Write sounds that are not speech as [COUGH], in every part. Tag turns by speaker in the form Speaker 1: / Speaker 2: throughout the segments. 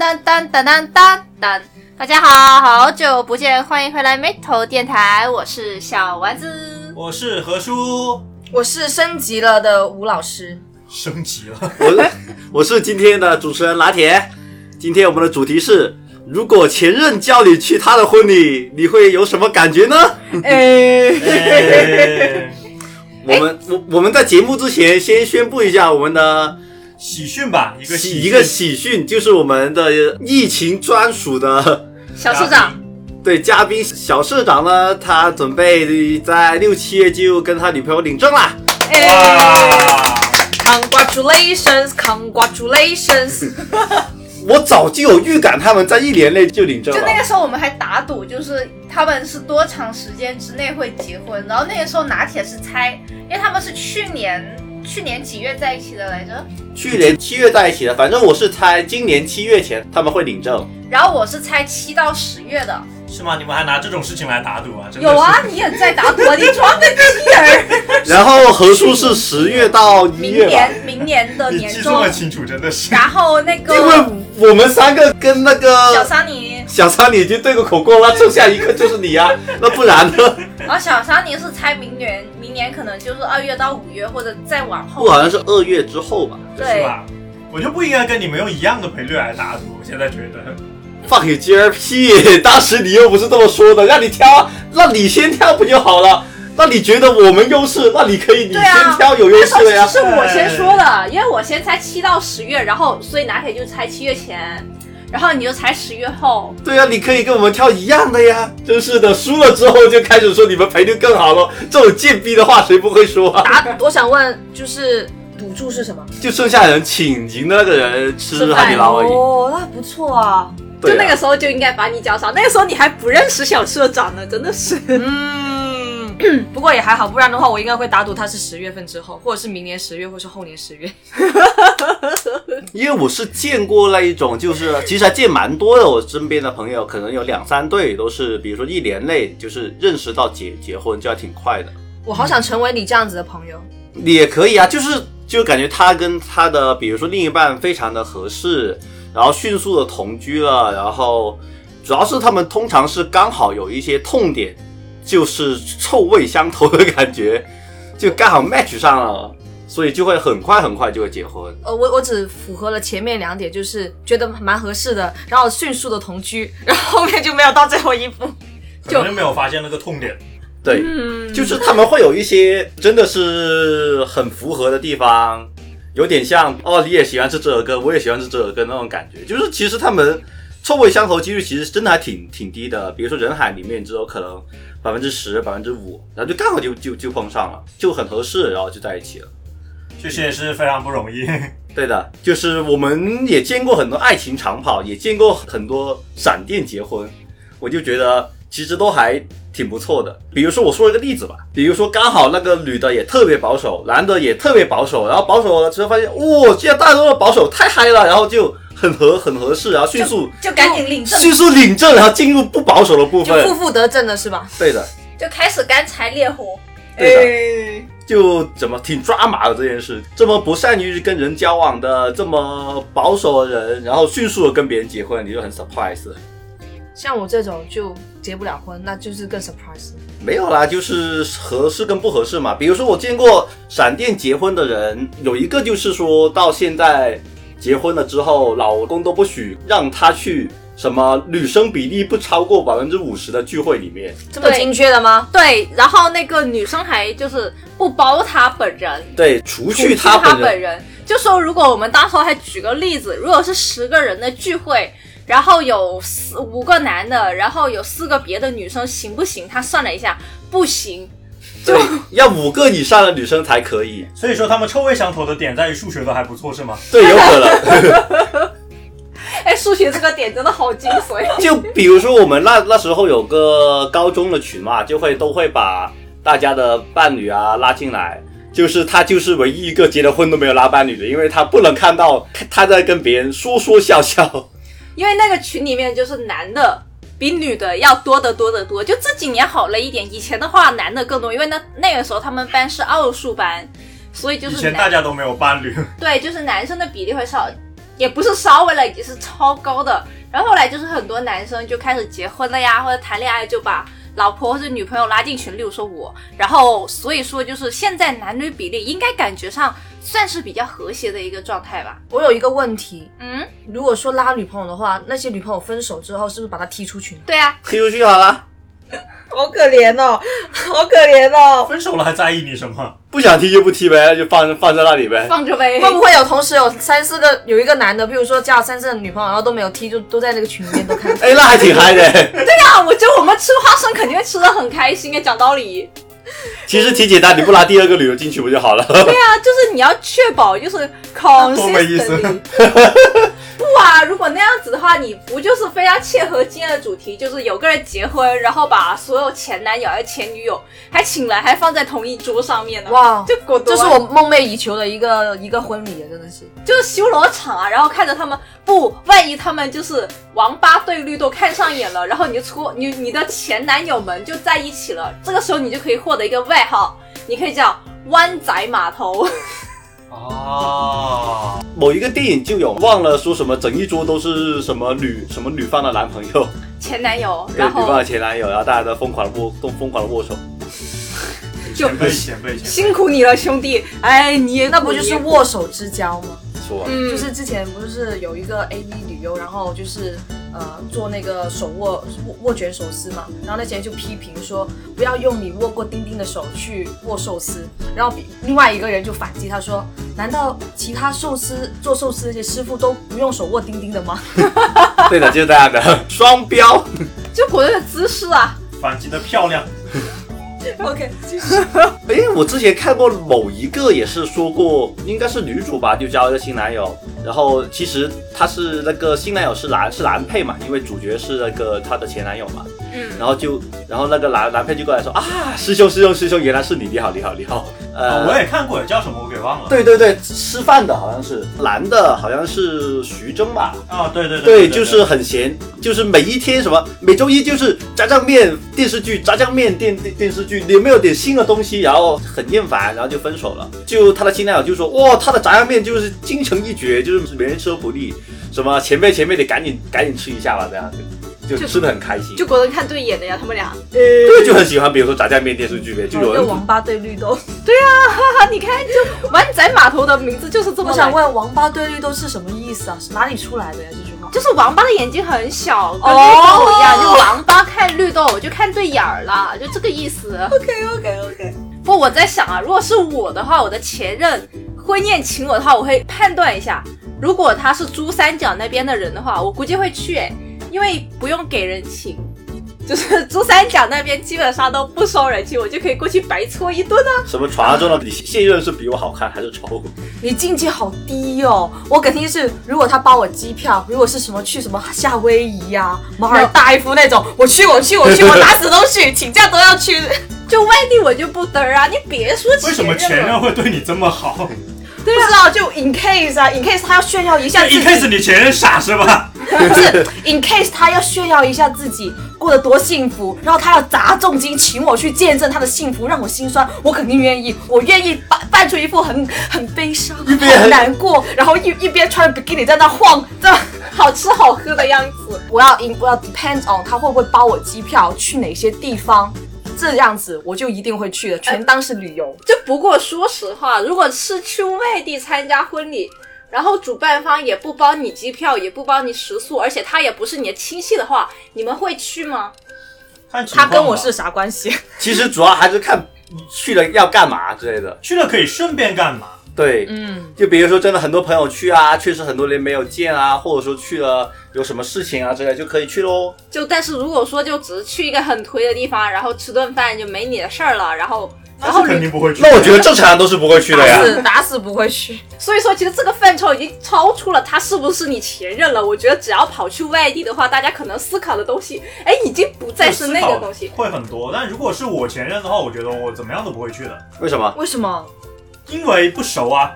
Speaker 1: 当当当当当当！大家好，好久不见，欢迎回来眉头电台，我是小丸子。
Speaker 2: 我是何叔，
Speaker 3: 我是升级了的吴老师，
Speaker 2: 升级了，
Speaker 4: 我是我是今天的主持人拿铁。今天我们的主题是：如果前任叫你去他的婚礼，你会有什么感觉呢？
Speaker 3: 嗯
Speaker 2: 哎
Speaker 4: 我们我我们在节目之前先宣布一下我们的
Speaker 2: 喜讯吧，一个
Speaker 4: 喜
Speaker 2: 喜
Speaker 4: 一个喜讯，就是我们的疫情专属的 [LAUGHS]
Speaker 1: 小社长，
Speaker 4: 对嘉宾小社长呢，他准备在六七月就跟他女朋友领证啦。
Speaker 3: 哎
Speaker 2: 哇！
Speaker 3: ，Congratulations，Congratulations，
Speaker 4: 我早就有预感，他们在一年内就领证
Speaker 1: 就
Speaker 4: 了。
Speaker 1: 那个时候我们还打赌，就是他们是多长时间之内会结婚。然后那个时候拿铁是猜，因为他们是去年去年几月在一起的来着？
Speaker 4: 去年七月在一起的，反正我是猜今年七月前他们会领证。
Speaker 1: 然后我是猜七到十月的。
Speaker 2: 是吗？你们还拿这种事情来打赌啊？真的是
Speaker 3: 有啊，，你也在打赌啊，你装个鸡儿，
Speaker 4: 然后何叔是十月到一
Speaker 3: 明
Speaker 4: 月吧，
Speaker 3: 年明年的
Speaker 2: 你
Speaker 3: 年
Speaker 2: 记这
Speaker 3: 终
Speaker 2: 么，清楚，真的是。
Speaker 3: 然后那
Speaker 4: 因为
Speaker 3: 个
Speaker 4: 我们三个跟那
Speaker 3: 小
Speaker 4: 个
Speaker 3: 桑尼，
Speaker 4: 小三你已经对过口供了，剩下一个就是你
Speaker 3: [LAUGHS]
Speaker 4: 呀、那不然呢？
Speaker 1: 然后小桑尼是猜明年，明年可能就是二月到五月或者再往
Speaker 4: 不
Speaker 1: 后。
Speaker 4: 好像是二月之后吧？
Speaker 2: 是
Speaker 3: 对，
Speaker 2: 吧？我就不应该跟你们用一样的赔率来打赌，我现在觉得。
Speaker 4: 放你今儿屁！当时你又不是这么说的，让你挑，让你先挑不就好了？那你觉得我们优势，那你可以你
Speaker 1: 对啊
Speaker 4: 先挑有优
Speaker 1: 那
Speaker 4: 势
Speaker 1: 时候
Speaker 4: 的
Speaker 1: 其
Speaker 3: [LAUGHS]
Speaker 4: 呀、
Speaker 1: 实是我先说的，因为我先猜七到十月，然后所以拿铁就猜七月前，然后你就猜十月后。
Speaker 4: 对呀、你可以跟我们挑一样的呀！真是的，输了之后就开始说你们赔率更好了，这种贱逼的话谁不会说啊？
Speaker 3: 打赌，我想问就是赌注是什么？
Speaker 4: 就剩下人请赢的那个人吃
Speaker 1: 吃
Speaker 4: 海底捞而已。
Speaker 3: 哦，那不错啊，
Speaker 1: 就
Speaker 4: 对
Speaker 1: 那
Speaker 4: 啊
Speaker 1: 个时候就应该把你叫上，那个时候你还不认识小社长呢，真的是。
Speaker 3: [CLEARS THROAT] 嗯，不过也还好，不然的话我应该会打赌他是十月份之后，或者是明年十月，或是后年十月。
Speaker 4: 因为我是见过那一种， [LAUGHS] 就是其实还见蛮多的。我身边的朋友可能有两三对都是，比如说一年内就是认识到结结婚就还挺快的。
Speaker 3: 我好想成为你这样子的朋友，
Speaker 4: 你也可以啊，就是就感觉他跟他的比如说另一半非常的合适，然后迅速的同居了，然后主要是他们通常是刚好有一些痛点，就是臭味相投的感觉，就刚好 match 上了，所以就会很快很快就会结婚。
Speaker 3: 呃，我我只符合了前面两点，就是觉得蛮合适的，然后迅速的同居，然后后面就没有到最后一步。
Speaker 2: 可能就没有发现那个痛点，
Speaker 4: 对，就是他们会有一些真的是很符合的地方，有点像哦，你也喜欢吃这首歌，我也喜欢吃这首歌那种感觉。就是其实他们臭味相投几率其实真的还挺挺低的，比如说人海里面只有可能百分之十、百分之五，然后就刚好就就就碰上了，就很合适，然后就在一起了。
Speaker 2: 确实也是非常不容易。 [LAUGHS]
Speaker 4: 对的，就是我们也见过很多爱情长跑，也见过很多闪电结婚，我就觉得其实都还挺不错的。比如说我说一个例子吧，比如说刚好那个女的也特别保守，男的也特别保守，然后保守了之后发现，哇、这样大家都保守，太嗨了，然后就很合很合适，然后迅速
Speaker 1: [LAUGHS] 就赶紧领证，
Speaker 4: 迅速领证，然后进入不保守的部
Speaker 3: 就负
Speaker 4: 分。
Speaker 3: 负得正了是吧？
Speaker 4: 对的，
Speaker 1: 就开始干柴烈火。
Speaker 4: 对的。
Speaker 3: 哎，
Speaker 4: 就怎么挺抓马的这件事，这么不善于跟人交往的，这么保守的人，然后迅速的跟别人结婚，你就很 surprise。
Speaker 3: 像我这种就结不了婚，那就是更 surprise。
Speaker 4: 没有啦，就是合适跟不合适嘛。比如说我见过闪电结婚的人，有一个就是说到现在结婚了之后，老公都不许让她去什么女生比例不超过百分之五十的聚会里面。
Speaker 3: 这么
Speaker 1: 对
Speaker 3: 精确的吗？
Speaker 1: 对，然后那个女生还就是不包他本人，
Speaker 4: 对，除
Speaker 1: 除去
Speaker 4: 去她
Speaker 1: 他
Speaker 4: 本人，
Speaker 1: [LAUGHS] 人。就说如果我们到时候还举个例子，如果是十个人的聚会，然后有四五个男的，然后有四个别的女生，行不行？他算了一下，不行。
Speaker 4: 对，要五个以上的女生才可以。
Speaker 2: 所以说他们臭味相投的点在于数学都还不错，是吗？
Speaker 4: 对，有可能。
Speaker 1: [LAUGHS] 哎，数学这个点真的好精髓。
Speaker 4: [LAUGHS] 就比如说我们那那时候有个高中的群嘛，就会都会把大家的伴侣啊拉进来。就是他就是唯一一个结了婚都没有拉伴侣的，因为他不能看到他在跟别人说说笑笑。
Speaker 1: [LAUGHS]
Speaker 4: [LAUGHS]
Speaker 1: 因为那个群里面就是男的比女的要多得多得多，就这几年好了一点，以前的话男的更多，因为那那个时候他们班是奥数班，所以就
Speaker 2: 以
Speaker 1: 是
Speaker 2: 前大
Speaker 1: 男
Speaker 2: 家都没有伴侣，
Speaker 1: 对，就是男生的比例会少。也不是稍微了，也是超高的。然后后来就是很多男生就开始结婚了呀，或者谈恋爱就把老婆或者女朋友拉进群，例如说我。然后所以说就是现在男女比例应该感觉上算是比较和谐的一个状态吧。
Speaker 3: 我有一个问题，
Speaker 1: 嗯，
Speaker 3: 如果说拉女朋友的话，那些女朋友分手之后是不是把她踢出群？
Speaker 1: 对啊，
Speaker 4: 踢出去好了，
Speaker 5: 好可怜哦， [LAUGHS] 好可怜哦。
Speaker 2: [LAUGHS] 分手了还在意你什么？
Speaker 4: 不想踢就不踢呗，就放放在那里呗。。
Speaker 1: 放着 [LAUGHS] 呗。
Speaker 3: 会不会有同时有三四个有一个男的，比如说加了三四个女朋友，然后都没有踢，就都在那个群里面 [LAUGHS] 都看
Speaker 4: 哎，那还挺嗨的。 [LAUGHS]
Speaker 1: 啊，我觉得我们吃花生肯定会吃的很开心啊。讲道理，
Speaker 4: 其实挺简单，你不拿第二个理由进去不就好了？ [LAUGHS]
Speaker 1: 对啊，就是你要确保就是
Speaker 3: [LAUGHS]
Speaker 2: 没意思
Speaker 1: consistently。不啊，如果那样子的话，你不就是非要切合今天的主题，就是有个人结婚，然后把所有前男友还有前女友还请来，还放在同一桌上面呢？
Speaker 3: 哇
Speaker 1: 就果断，
Speaker 3: 这是我梦寐以求的一个一个婚礼啊，真的是。
Speaker 1: 就是修罗场啊！然后看着他们，不，万一他们就是王八对绿豆看上眼了，然后你就出你你的前男友们就在一起了，这个时候你就可以获得一个外号，你可以叫湾仔码头。
Speaker 2: 哦，
Speaker 4: 某一个电影就有，忘了说什么，整一桌都是什么女什么女方的男朋友，
Speaker 1: 前男友，
Speaker 4: 对，
Speaker 1: 然
Speaker 4: 女方
Speaker 1: 后
Speaker 4: 的前男友，然后大家都疯狂的握，都疯狂的握手。
Speaker 1: 就
Speaker 2: 前辈前辈前
Speaker 1: 辛苦你了，兄弟，哎，你也
Speaker 3: 那不就是握手之交吗？
Speaker 4: 说完了，
Speaker 1: 嗯，
Speaker 3: 就
Speaker 1: 就是是
Speaker 3: 之前不是有一个 A V 女优，然后就是呃做那个手握握握卷手撕嘛，然后那些人就批评说不要用你握过丁丁的手去握寿司，然后比另外一个人就反击他说，难道其他寿司做寿司那些师傅都不用手握丁丁的
Speaker 4: [LAUGHS]
Speaker 3: 吗？
Speaker 4: 对的，就是这样的， [LAUGHS] 双标。
Speaker 1: 就国内的姿势啊，
Speaker 2: 辈反击的漂亮，
Speaker 3: OK，
Speaker 4: 哎，我之前看过某一个也是说过，应该是女主吧，就交了一个新男友，然后其实她是那个新男友是男是男配嘛，因为主角是那个她的前男友嘛，
Speaker 1: 嗯，
Speaker 4: 然后就然后那个男男配就过来说啊，师兄师兄师兄，原来是你，你好你好你好，
Speaker 2: 啊我
Speaker 4: 呃。
Speaker 2: 也看过，叫什么我给忘了。
Speaker 4: 对对对，吃饭的好像是男的，好像是徐峥吧？
Speaker 2: 啊，对对
Speaker 4: [LAUGHS]
Speaker 2: 对，
Speaker 4: 对，就是很闲，就是每一天什么，每周一就是炸酱面电视剧，炸酱面电电电视剧，你有没有点新的东西？然后很厌烦，然后就分手了。就他的前男友就说，哇，他的炸酱面就是京城一绝，就是没人吃都不腻。什么前辈前辈得赶紧赶紧吃一下吧，这样就就
Speaker 1: 就
Speaker 4: 吃的很开心。
Speaker 1: 就国人看对眼的呀，他们俩
Speaker 4: 对，就很喜欢，比如说炸酱面电视剧呗，就有
Speaker 3: 一个
Speaker 4: 人
Speaker 3: 王八对绿
Speaker 4: [LAUGHS]
Speaker 3: 豆。
Speaker 1: 啊，你看，就 [LAUGHS] 湾仔码头的名字就是这么来
Speaker 3: 我想，问王八对绿豆是什么意思啊？是哪里出来的呀？这句话？
Speaker 1: 就是王八的眼睛很小，跟绿
Speaker 3: 哦
Speaker 1: 豆一样，就王八看绿豆就看对眼儿了，就这个意思。
Speaker 5: OK OK OK，
Speaker 1: 不，我在想啊，如果是我的话，我的前任婚宴请我的话，我会判断一下，如果他是珠三角那边的人的话，我估计会去、诶，因为不用给人请，就是珠三角那边基本上都不收人情，我就可以过去白搓一顿啊。
Speaker 4: 什么传说中的你现任是比我好看还是丑？
Speaker 3: 你境界好低哦！我肯定是，如果他包我机票，如果是什么去什么夏威夷呀、马尔代夫那种，我去，我去，我去，我打死都去，请假都要去。
Speaker 1: 就外地我就不嘚儿啊，你别说
Speaker 2: 为什么前
Speaker 1: 任了，
Speaker 2: 任会对你这么好？
Speaker 4: [LAUGHS]
Speaker 3: 对不知道就 in case 啊，in case 他要炫耀一下自
Speaker 2: 一
Speaker 3: 己，
Speaker 2: 开始你前任傻是
Speaker 1: [LAUGHS]
Speaker 2: 吧？
Speaker 3: 不是 in case 他要炫耀一下自己过得多幸福，然后他要砸重金请我去见证他的幸福，让我心酸，我肯定愿意，我愿意扮扮出一副很 [LAUGHS] 很悲伤、
Speaker 4: 边
Speaker 3: 很难过，然后一一边穿着比基尼在那晃，在那。
Speaker 1: 好吃好喝的样子。
Speaker 3: 我要 in 我要 depend on 他会不会包我机票去哪些地方，这样子我就一定会去的，全当是旅游。
Speaker 1: 就不过说实话，如果是去外地参加婚礼，然后主办方也不包你机票，也不包你食宿，而且他也不是你的亲戚的话，你们会去吗？
Speaker 2: 看情
Speaker 3: 他
Speaker 2: 况吧
Speaker 3: 跟我是啥关系？
Speaker 4: 其实主要还是看去了要干嘛之类的。
Speaker 2: 去了可以顺便干嘛？
Speaker 4: 对，
Speaker 3: 嗯，
Speaker 4: 就比如说，真的很多朋友去啊，确实很多年没有见啊，或者说去了有什么事情啊之类，就可以去喽。
Speaker 1: 就但是如果说就只是去一个很颓的地方，然后吃顿饭就没你的事儿了，然后然
Speaker 2: 那
Speaker 1: 后
Speaker 2: 是肯
Speaker 1: 旅，
Speaker 2: 定不会去。
Speaker 4: 那我觉得正常人都是不会去的呀
Speaker 3: 打。死打死不会去。
Speaker 1: 所以说其实这个范畴已经超出了他是不是你前任了。我觉得只要跑去外地的话，大家可能思考的东西，哎，已经不再是那个东西。
Speaker 2: 会很多，但如果是我前任的话，我觉得我怎么样都不会去的，
Speaker 4: 为什么？
Speaker 3: 为什么？
Speaker 2: 因为不熟啊，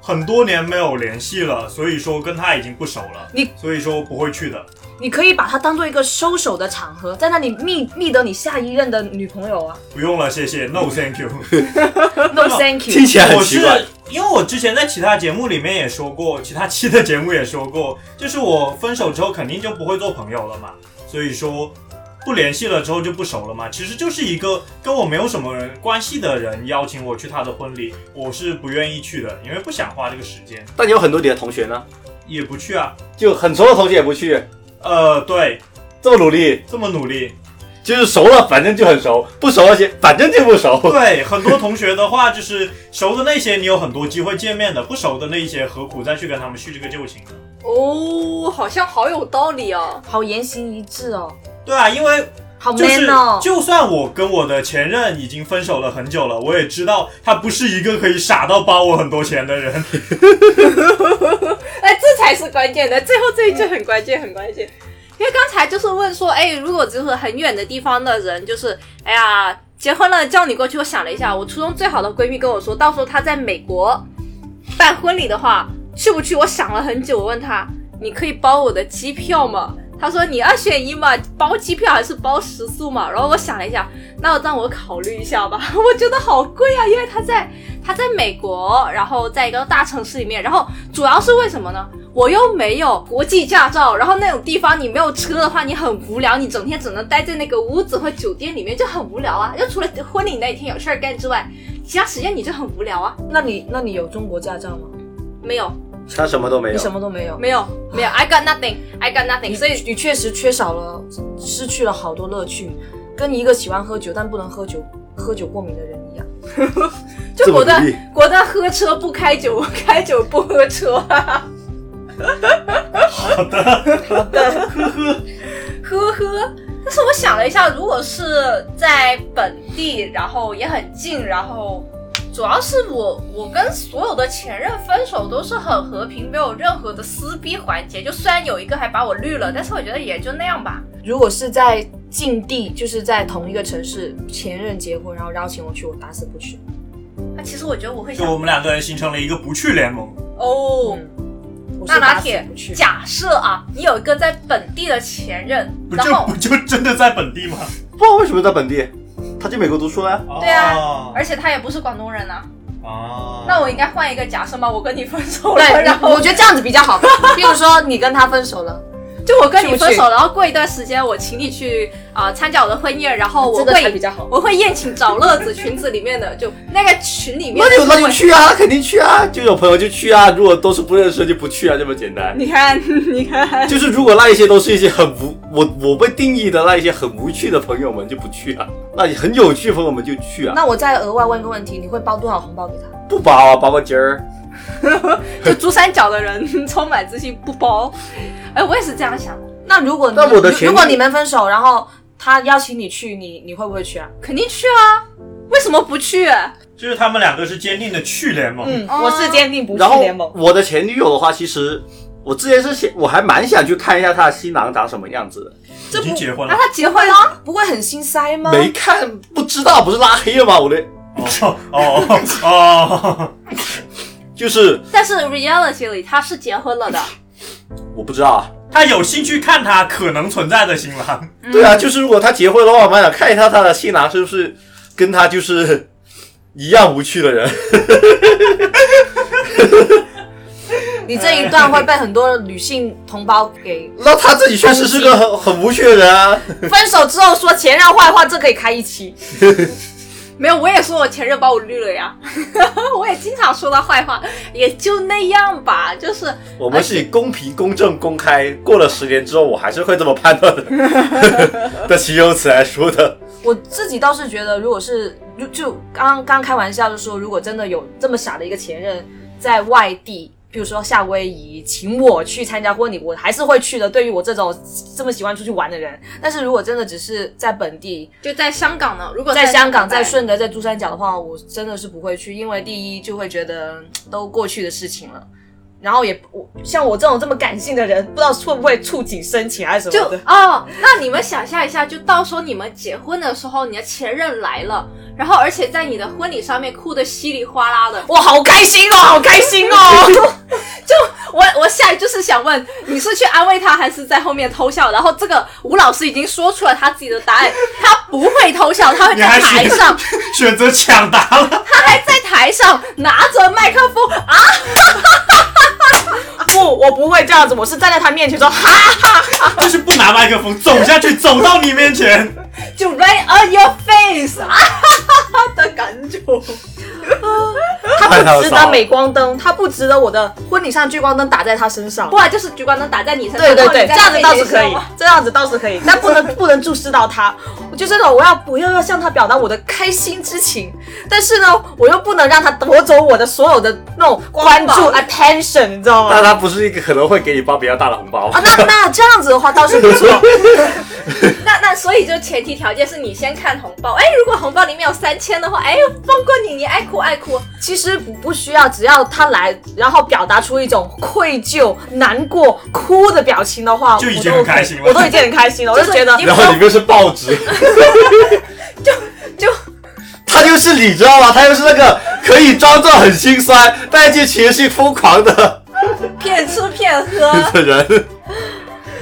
Speaker 2: 很多年没有联系了，所以说跟他已经不熟了，
Speaker 3: 你
Speaker 2: 所以说不会去的。
Speaker 3: 你可以把它当做一个收手的场合，在那里觅觅得你下一任的女朋友啊。
Speaker 1: [LAUGHS]
Speaker 2: 不用了，谢谢，No thank you。
Speaker 3: No thank
Speaker 4: 听
Speaker 3: you。
Speaker 4: 起来很
Speaker 2: 我
Speaker 4: 奇
Speaker 2: 是
Speaker 4: 怪。
Speaker 2: 因为我之前在其他节目里面也说过，其他期的节目也说过，就是我分手之后肯定就不会做朋友了嘛，所以说不联系了之后就不熟了嘛。其实就是一个跟我没有什么关系的人邀请我去他的婚礼，我是不愿意去的，因为不想花这个时间，
Speaker 4: 但有很多你的同学呢，
Speaker 2: 也不去啊。
Speaker 4: 就很熟的同学也不去，
Speaker 2: 呃，对，
Speaker 4: 这么努力，
Speaker 2: 这么努力，
Speaker 4: 就是熟了反正就很熟，不熟而且反正就不熟。
Speaker 2: 对，很多同学的话就是熟的那些，你有很多机会见面的；不熟的那一些，何苦再去跟他们叙这个旧情呢？
Speaker 1: 哦，好像好有道理哦。
Speaker 3: 好言行一致哦，
Speaker 2: 对啊，因为
Speaker 3: 好
Speaker 2: 就
Speaker 3: man
Speaker 2: 是
Speaker 3: 哦，
Speaker 2: 就算我跟我的前任已经分手了很久了，我也知道他不是一个可以傻到包我很多钱的人。
Speaker 1: 哎，这才是关键的，最后这一句很关键，很关键。因为刚才就是问说，哎，如果就是很远的地方的人，就是哎呀，结婚了叫你过去，我想了一下，我初中最好的闺蜜跟我说，到时候她在美国办婚礼的话，去不去？我想了很久，我问她，你可以包我的机票吗？她说你二选一嘛，包机票还是包食宿嘛？然后我想了一下，那让我考虑一下吧， [LAUGHS] 我觉得好贵啊，因为她在他在美国，然后在一个大城市里面，然后主要是为什么呢？我又没有国际驾照，然后那种地方你没有车的话，你很无聊，你整天只能待在那个屋子或酒店里面，就很无聊啊。就除了婚礼那一天有事儿干之外，其他时间你就很无聊啊。
Speaker 3: 那你那你有中国驾照吗？
Speaker 1: 没有，
Speaker 4: 他什么都没
Speaker 3: 你什
Speaker 4: 有，
Speaker 3: 么都没有，
Speaker 1: 没有，没有，I got nothing，I got nothing。
Speaker 3: 你
Speaker 1: 所
Speaker 3: 所
Speaker 1: 以
Speaker 3: 以你确实缺少了，失去了好多乐趣，跟一个喜欢喝酒但不能喝酒、喝酒过敏的人一样。
Speaker 1: 就
Speaker 4: 这么
Speaker 1: 果断
Speaker 4: 努力
Speaker 1: 果断喝车不开酒， [LAUGHS] 开酒不喝车。呵呵。但是我想了一下，如果是在本地，然后也很近，然后主要是我我跟所有的前任分手都是很和平，没有任何的撕逼环节。就虽然有一个还把我绿了，但是我觉得也就那样吧。
Speaker 3: 如果是在近地，就是在同一个城市，前任结婚然后邀请我去，我打死不去。
Speaker 1: 那其实我觉得我会
Speaker 2: 就
Speaker 1: 想
Speaker 2: 我们两个人形成了一个不去联盟。
Speaker 1: 哦。
Speaker 3: 嗯，我
Speaker 1: 那
Speaker 3: 是
Speaker 1: 拿
Speaker 3: 打死
Speaker 1: 铁
Speaker 3: 不去，。
Speaker 1: 假设啊，你有一个在本地的前任，
Speaker 2: 不
Speaker 1: 然
Speaker 2: 就
Speaker 1: 后
Speaker 2: 不就真的在本地吗？
Speaker 4: 不知道为什么在本地，他去美国读书了。
Speaker 1: 对啊
Speaker 2: 哦
Speaker 1: 而且他也不是广东人啊，
Speaker 2: 啊，
Speaker 1: 那我应该换一个假设吗？我跟你分手了，
Speaker 3: 对，
Speaker 1: 然
Speaker 3: 然
Speaker 1: 后
Speaker 3: 后我觉得这样子比较
Speaker 1: [LAUGHS]
Speaker 3: 好。比如说你跟他分手了，
Speaker 1: 就我跟你
Speaker 3: 去不
Speaker 1: 分
Speaker 3: 去
Speaker 1: 手，然后过一段时间我请你去啊、参加我的婚宴，然后我
Speaker 3: 这个才比
Speaker 1: 会
Speaker 3: 较好。
Speaker 1: 我会宴请找乐子群子里面
Speaker 3: [LAUGHS]
Speaker 1: 的，就那个群里面
Speaker 4: 那就
Speaker 1: 的
Speaker 4: 那就
Speaker 1: 会
Speaker 4: 去啊，肯定去啊，就有朋友就去啊，如果都是不认识的就不去啊，这么简单。
Speaker 1: 你看 [LAUGHS] 你
Speaker 3: [LAUGHS]
Speaker 1: 看，
Speaker 4: [LAUGHS] 就是如果那一些都是一些很无我我被定义的那一些很无趣的朋友们就不去啊，那你很有趣的朋友们就去 [LAUGHS] 啊，
Speaker 3: 那我再额外问个问题，你会包多少红包给他？
Speaker 4: 不包啊，包个鸡儿。
Speaker 1: 就珠三角的人充满自信不包，哎，我也是这样想的，
Speaker 3: 那如果你
Speaker 4: 那我的
Speaker 3: 如
Speaker 4: 前
Speaker 3: 如果
Speaker 4: 提
Speaker 3: 你们分手，然后他邀请你去，你你会不会去啊？
Speaker 1: 肯定去啊，为什么不去？
Speaker 2: 就是他们两个是坚定的去联盟。
Speaker 3: 嗯，
Speaker 1: 哦
Speaker 3: 我是坚定不去
Speaker 4: 然后
Speaker 3: 联盟。
Speaker 4: 我的前女友的话，其实我之前是想，我还蛮想去看一下她的新郎长什么样子
Speaker 2: 已经结婚
Speaker 1: 那、
Speaker 2: 了，
Speaker 1: 他结婚了，
Speaker 3: [LAUGHS] 不会很心塞吗？
Speaker 4: 的，没看不知道，不是拉黑了吗？我的
Speaker 2: 哦哦哦，
Speaker 4: 就是
Speaker 1: 但是 reality 里他是结婚了的，
Speaker 4: 我不知道啊。
Speaker 2: 他有兴趣看他可能存在的新郎，
Speaker 3: 嗯
Speaker 4: 对啊，就是如果她结婚的话，我蛮想看一下她的新郎是不是跟她就是一样无趣的人。
Speaker 3: 嗯你这一段会被很多女性同胞
Speaker 4: [LAUGHS]
Speaker 3: 给
Speaker 4: 那她自己确实是个很很无趣的人啊。
Speaker 3: 分手之后说前任坏话，这可以开一期。
Speaker 1: 没有，我也说我前任把我绿了呀， [LAUGHS] 我也经常说他坏话，也就那样吧，就是
Speaker 4: 我们是以公平、公正、公开。过了十年之后，我还是会这么判断的 [LAUGHS] 的形容词来说的。
Speaker 3: 我自己倒是觉得，如果是就就刚刚开玩笑就说，如果真的有这么傻的一个前任在外地，比如说夏威夷，请我去参加婚礼，我还是会去的。对于我这种这么喜欢出去玩的人，但是如果真的只是在本地，
Speaker 1: 就在香港呢。如果
Speaker 3: 在香港、在
Speaker 1: 在
Speaker 3: 顺德、在珠三角的话，我真的是不会去，因为第一就会觉得嗯都过去的事情了，然后也我像我这种这么感性的人，不知道会不会触景生情还是什
Speaker 1: 就
Speaker 3: 么的。
Speaker 1: 哦，那你们想象一下，就到时候你们结婚的时候，你的前任来了，然后而且在你的婚礼上面哭的稀里哗啦的，
Speaker 3: 我好开心哦，好开心 [LAUGHS] 哦！
Speaker 1: 我我下一就是想问，你是去安慰他，还是在后面偷笑？然后这个吴老师已经说出了他自己
Speaker 3: [LAUGHS]
Speaker 1: 的答案，他不会偷笑，他会
Speaker 2: 你
Speaker 1: 在
Speaker 2: 还
Speaker 1: 台
Speaker 2: 是
Speaker 1: 上，
Speaker 2: 选择抢答了。
Speaker 1: 在台台上拿着麦克风啊，
Speaker 3: 不，我不会这样子，我是站在他面前说哈，
Speaker 2: 就是不拿麦克风走下去，走到你面前。
Speaker 1: 就 right on your face 啊的感觉。
Speaker 3: 他
Speaker 4: 太好
Speaker 3: 不值
Speaker 4: 笑
Speaker 3: 得
Speaker 4: 了
Speaker 3: 镁光灯，他不值得我的婚礼上聚光灯打在他身上
Speaker 1: 不。然就是聚光灯打在你身上，
Speaker 3: 对对
Speaker 1: 然后
Speaker 3: 对，
Speaker 1: 你
Speaker 3: 这
Speaker 1: 在
Speaker 3: 样子倒
Speaker 1: 那
Speaker 3: 是
Speaker 1: 边
Speaker 3: 可以
Speaker 1: 笑啊，
Speaker 3: 这样子倒是可以，但不能 [LAUGHS] 不能注视到他。我就是那种我要我又要向他表达我的开心之情，但是呢，我又不能让他夺走我的所有的那种关注
Speaker 1: 光芒
Speaker 3: attention，你知道吗
Speaker 4: 但？他不是一个可能会给你包比较大的红包
Speaker 3: [LAUGHS] 啊，那那这样子的话倒是不错。
Speaker 1: 那那所以就前提条件是你先看红包，哎，如果红包里面有三千的话，哎，放过你，你爱哭爱哭。
Speaker 3: 其实不不需要，只要他来，然后表达出一种愧疚、难过、哭的表情的话，
Speaker 2: 就已
Speaker 3: 我
Speaker 2: 经
Speaker 3: 都
Speaker 2: 很开心了
Speaker 3: 我都已经很开心了，我就
Speaker 1: 就是
Speaker 3: 觉得
Speaker 1: 已经
Speaker 4: [LAUGHS] 然后里面是报纸， [LAUGHS]
Speaker 1: 就
Speaker 4: 他就是你知道吗？他就是那个可以装作很心酸，但却情绪疯狂的
Speaker 1: 骗吃骗
Speaker 3: [LAUGHS]
Speaker 1: 喝，
Speaker 4: 的人。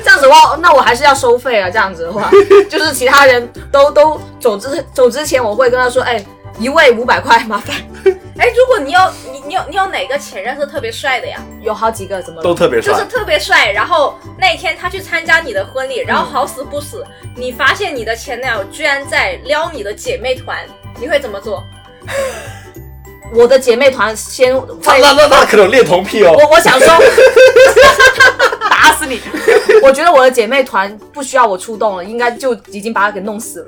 Speaker 3: 这样子的话，那我还是要收费啊。这样子的 [LAUGHS] 话，就是其他人都都走之走之前，我会跟他说，哎，一位五百块，麻烦。
Speaker 1: 哎，如果你有你你有你有哪个前任是特别帅的呀？
Speaker 3: 有好几个怎么
Speaker 4: 都
Speaker 3: 了？
Speaker 4: 特别帅
Speaker 1: 就是，特别帅，然后那一天他去参加你的婚礼，然后好死不死，
Speaker 3: 嗯
Speaker 1: 你发现你的前男友居然在撩你的姐妹团，你会怎么做？
Speaker 3: 我的姐妹团先 [LAUGHS]
Speaker 4: 他
Speaker 3: 会，
Speaker 4: 那那他可能恋童癖哦，
Speaker 3: 我我想说，打死你！ [LAUGHS] 我觉得我的姐妹团不需要我出动了，应该就已经把他给弄死了。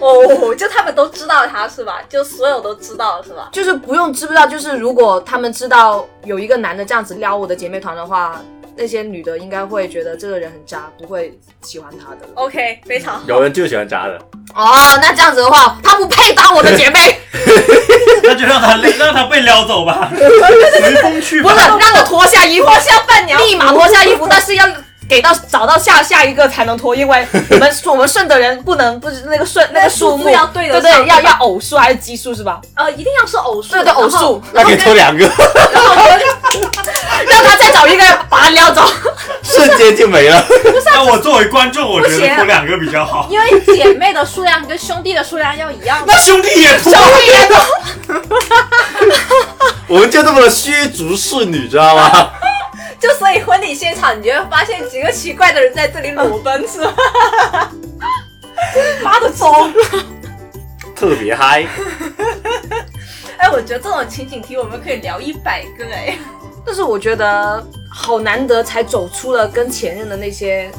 Speaker 1: 哦，就他们都知道他是吧？就所有都知道是吧？
Speaker 3: 就是不用知不知道，就是如果他们知道有一个男的这样子撩我的姐妹团的话，那些女的应该会觉得这个人很渣，不会喜欢他的。
Speaker 1: OK，非常好。
Speaker 4: 有人就喜欢渣的。
Speaker 3: 哦，那这样子的话，她不配当我的姐妹，
Speaker 2: 那就让他让他被撩走吧，随风去
Speaker 3: [LAUGHS] 不
Speaker 2: 吧
Speaker 3: 是。让我脱下衣服，
Speaker 1: 脱下伴娘服
Speaker 3: [LAUGHS] 立马脱下衣服，但是要给到找到下下一个才能脱，因为我们我们顺的人不能不是那个顺那个数
Speaker 1: 数
Speaker 3: 目
Speaker 1: 字要对得
Speaker 3: 对
Speaker 1: 上
Speaker 3: 对，要要偶数还是奇数是 [LAUGHS] 吧？
Speaker 1: 呃，一定要是偶数，
Speaker 3: 对对，偶
Speaker 1: 然后
Speaker 3: 数，
Speaker 4: 那可以偷 [LAUGHS] 两个，
Speaker 3: 让他再找一个人把他撩 [LAUGHS] 走。
Speaker 4: 瞬间就没了。
Speaker 2: 那我作为观众，我觉
Speaker 1: 不
Speaker 2: 得
Speaker 1: 行
Speaker 2: 我两个比较好。
Speaker 1: 因为姐妹的数量跟兄弟的数量要一样的。
Speaker 2: 那兄弟也脱，
Speaker 3: [LAUGHS]
Speaker 4: 我们就这么的削足适女，知道吗？
Speaker 1: [LAUGHS] 就所以婚礼现场，你就会发现几个奇怪的人在这里裸奔，是吧？妈的疯！
Speaker 4: 特别嗨。
Speaker 1: [LAUGHS] 哎，我觉得这种情景题我们可以聊一百个哎。
Speaker 3: 但是我觉得好难得才走出了跟前任的那些，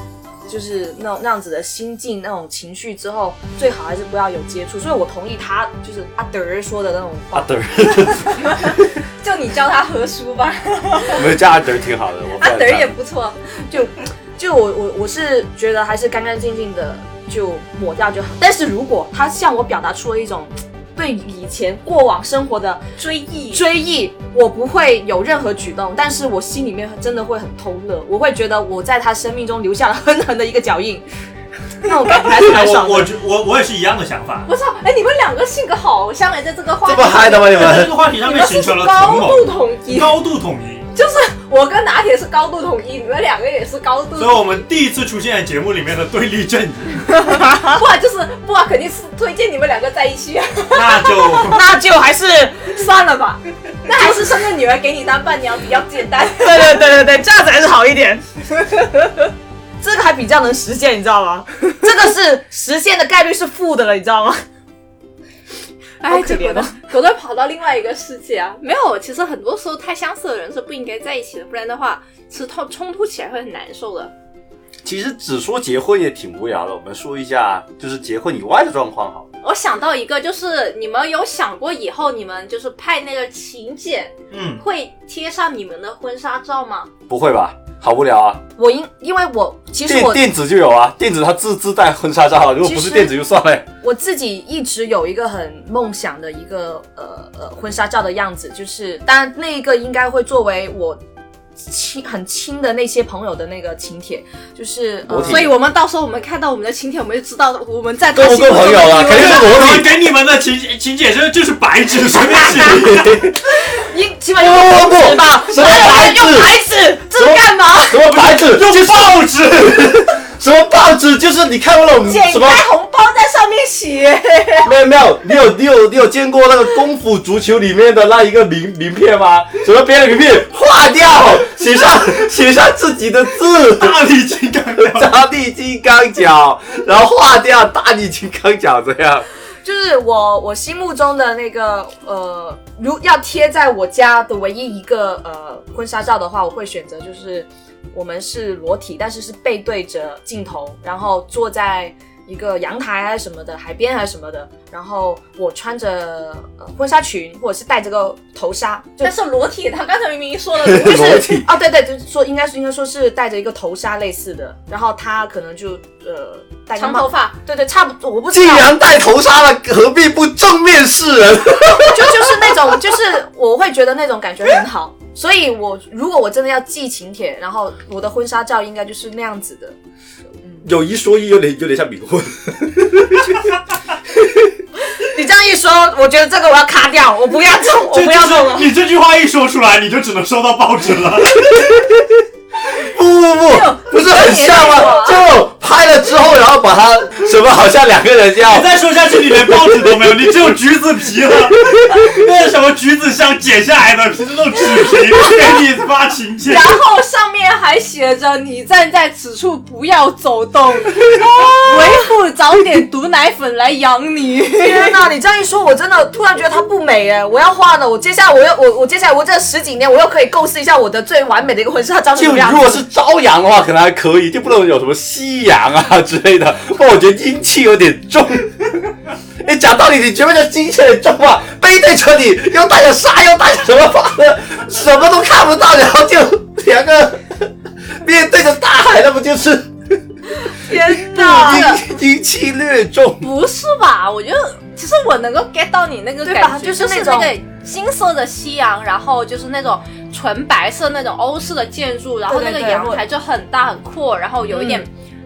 Speaker 3: 就是那种那样子的心境、那种情绪之后，最好还是不要有接触。所以我同意他就是阿德儿说的那种
Speaker 4: 阿
Speaker 3: 话，
Speaker 4: 德，
Speaker 1: [LAUGHS] 就你教他喝书吧，
Speaker 4: 我们叫阿德挺好的，我不
Speaker 1: 阿
Speaker 4: 知道
Speaker 1: 德儿也不错。
Speaker 3: 就就我我我是觉得还是干干净净的就抹掉就好。但是如果他向我表达出了一种对以前过往生活的
Speaker 1: 追忆，
Speaker 3: 追忆，我不会有任何举动，但是我心里面真的会很偷乐，我会觉得我在他生命中留下了狠狠的一个脚印，那我感觉还是蛮
Speaker 2: 哎我
Speaker 3: 爽
Speaker 2: 我
Speaker 3: 的。
Speaker 2: 觉我我也是一样的想法。
Speaker 1: 不是啊？哎，你们两个性格好像哎，在这个话题
Speaker 4: 这么嗨的吗？你
Speaker 2: 在这
Speaker 4: 们
Speaker 2: 个话题上
Speaker 1: 你
Speaker 2: 面
Speaker 1: 们
Speaker 2: 形
Speaker 1: 是
Speaker 2: 成了
Speaker 1: 高
Speaker 2: 同盟，
Speaker 1: 度统一，
Speaker 2: 高度统一。
Speaker 1: 就是我跟拿铁是高度统一，你们两个也是高度
Speaker 2: 所以我们第一次出现在节目里面的对立阵营，
Speaker 1: 不啊，就是不啊，肯定是推荐你们两个在一起，啊
Speaker 2: 那就
Speaker 3: [LAUGHS] 那就还是
Speaker 1: 算了吧。那还是生个女儿给你当伴娘比较简单。
Speaker 3: 对对对对对，这样子还是好一点。 [LAUGHS] 这个还比较能实现，你知道吗？这个是实现的概率是负的了，你知道吗？
Speaker 1: 哎，
Speaker 3: 好可
Speaker 1: 结果
Speaker 3: 怜哦
Speaker 1: 呢，狗都跑到另外一个世界啊！没有，其实很多时候太相似的人是不应该在一起的，不然的话，是冲冲突起来会很难受的。
Speaker 4: 其实只说结婚也挺无聊的，我们说一下就是结婚以外的状况好了。
Speaker 1: 我想到一个，就是你们有想过以后你们就是派那个请柬
Speaker 2: 嗯，
Speaker 1: 会贴上你们的婚纱照吗？
Speaker 4: 不会吧？好无聊啊！
Speaker 3: 我因因为我其实
Speaker 4: 电
Speaker 3: 我
Speaker 4: 电子就有啊，电子它自自带婚纱照，如果不
Speaker 3: 其
Speaker 4: 是
Speaker 3: 实
Speaker 4: 电子就算了。
Speaker 3: 我自己一直有一个很梦想的一个呃呃婚纱照的样子，就是当然那一个应该会作为我亲很亲的那些朋友的那个请帖，就是、
Speaker 4: 裸
Speaker 3: 呃、
Speaker 4: 体
Speaker 1: 所以我们到时候我们看到我们的请帖，我们就知道我们在
Speaker 4: 够不够朋友啊了？肯定是
Speaker 2: 我
Speaker 4: 裸
Speaker 2: 们
Speaker 4: 体。
Speaker 2: 给你们的请请柬是就是白纸随便写。
Speaker 3: 应起码
Speaker 4: 不
Speaker 3: 用
Speaker 4: 不
Speaker 3: 白纸
Speaker 4: 不
Speaker 3: 吧，哎
Speaker 4: 什么
Speaker 3: 哪有人
Speaker 4: 白
Speaker 3: 用
Speaker 4: 纸
Speaker 3: 白纸，这是干嘛？
Speaker 4: 什么牌子？
Speaker 2: 用报纸，
Speaker 4: [LAUGHS] 什么报纸？就是你看过那种
Speaker 5: 剪
Speaker 4: 什么？
Speaker 5: 开红包在上面写，
Speaker 4: 没有没有，你有你有你有见过那个功夫足球里面的那一个名名片吗？什么别人名片划掉，写上写上自己的字， [LAUGHS]
Speaker 2: 大力金刚
Speaker 1: [LAUGHS]
Speaker 2: 脚，
Speaker 4: 大力金刚脚，然后划掉大力金刚脚这 [LAUGHS] 样。
Speaker 3: 就是我我心目中的那个呃，如要贴在我家的唯一一个呃婚纱照的话，我会选择就是我们是裸体，但是是背对着镜头，然后坐在一个阳台还是什么的，海边还是什么的，然后我穿着呃婚纱裙或者是戴着个头纱，就
Speaker 1: 但是裸体，他刚才明明说了，就
Speaker 3: [LAUGHS]
Speaker 4: 裸
Speaker 1: 是
Speaker 4: 体
Speaker 3: 啊，对对，就是说应该是应该说是戴着一个头纱类似的，然后他可能就呃戴个
Speaker 1: 长
Speaker 3: 帽
Speaker 1: 头，发，
Speaker 3: 对对，差不多，我不
Speaker 4: 既
Speaker 3: 知道。
Speaker 4: 然戴头纱了，何必不正面示人？
Speaker 3: 就就是那种，就是我会觉得那种感觉很好。所以我如果我真的要寄请帖，然后我的婚纱照应该就是那样子的。
Speaker 4: 有一说一，有点有点像 [LAUGHS] 冥婚。
Speaker 3: 你这样一说，我觉得这个我要卡掉，我不要这，我
Speaker 2: 这就是你这句话一说出来，你就只能收到报纸
Speaker 1: [LAUGHS]
Speaker 2: 了。
Speaker 4: 不不不，不是很像吗？就拍了之后，然后把它什么，好像两个人要
Speaker 2: 你再说下去，你连报纸都没有，你只有橘子皮
Speaker 1: [LAUGHS]
Speaker 2: 了。那是什么橘子香剪下来的，是那种纸皮，给你发请柬
Speaker 1: 然。后上面还写着“你站在此处不要走 [LAUGHS] 动，为父早点毒奶粉来养你
Speaker 3: 天哪！你这样一说，我真的突然觉得它不美哎，我要画的，我接下来我又我我接下来我这十几年，我又可以构思一下我的最完美的一个婚纱照是什
Speaker 4: 就
Speaker 3: 么样
Speaker 4: 如
Speaker 3: 子。
Speaker 4: 果是朝阳的话，可能还可以，就不能有什么夕阳啊之类的。不然我觉得阴气有点重。 [LAUGHS] 你讲道理，你觉不觉得阴气很重啊？背对着你，又带着纱，又带着什么发的，什么都看不到，然后就两个 [LAUGHS] 面对着大海，那不就是啊
Speaker 5: 天哪！
Speaker 4: 阴阴气略重”？？
Speaker 1: 不是吧？我觉得其实我能够 get 到你那个
Speaker 3: 对吧
Speaker 1: 感觉，
Speaker 3: 就是
Speaker 1: 那
Speaker 3: 那种
Speaker 1: 个金色的夕阳，然后就是那种纯白色那种欧式的建筑，然后那
Speaker 3: 对
Speaker 1: 个
Speaker 3: 对
Speaker 1: 阳
Speaker 3: 对
Speaker 1: 台就很大很阔，然后有一点。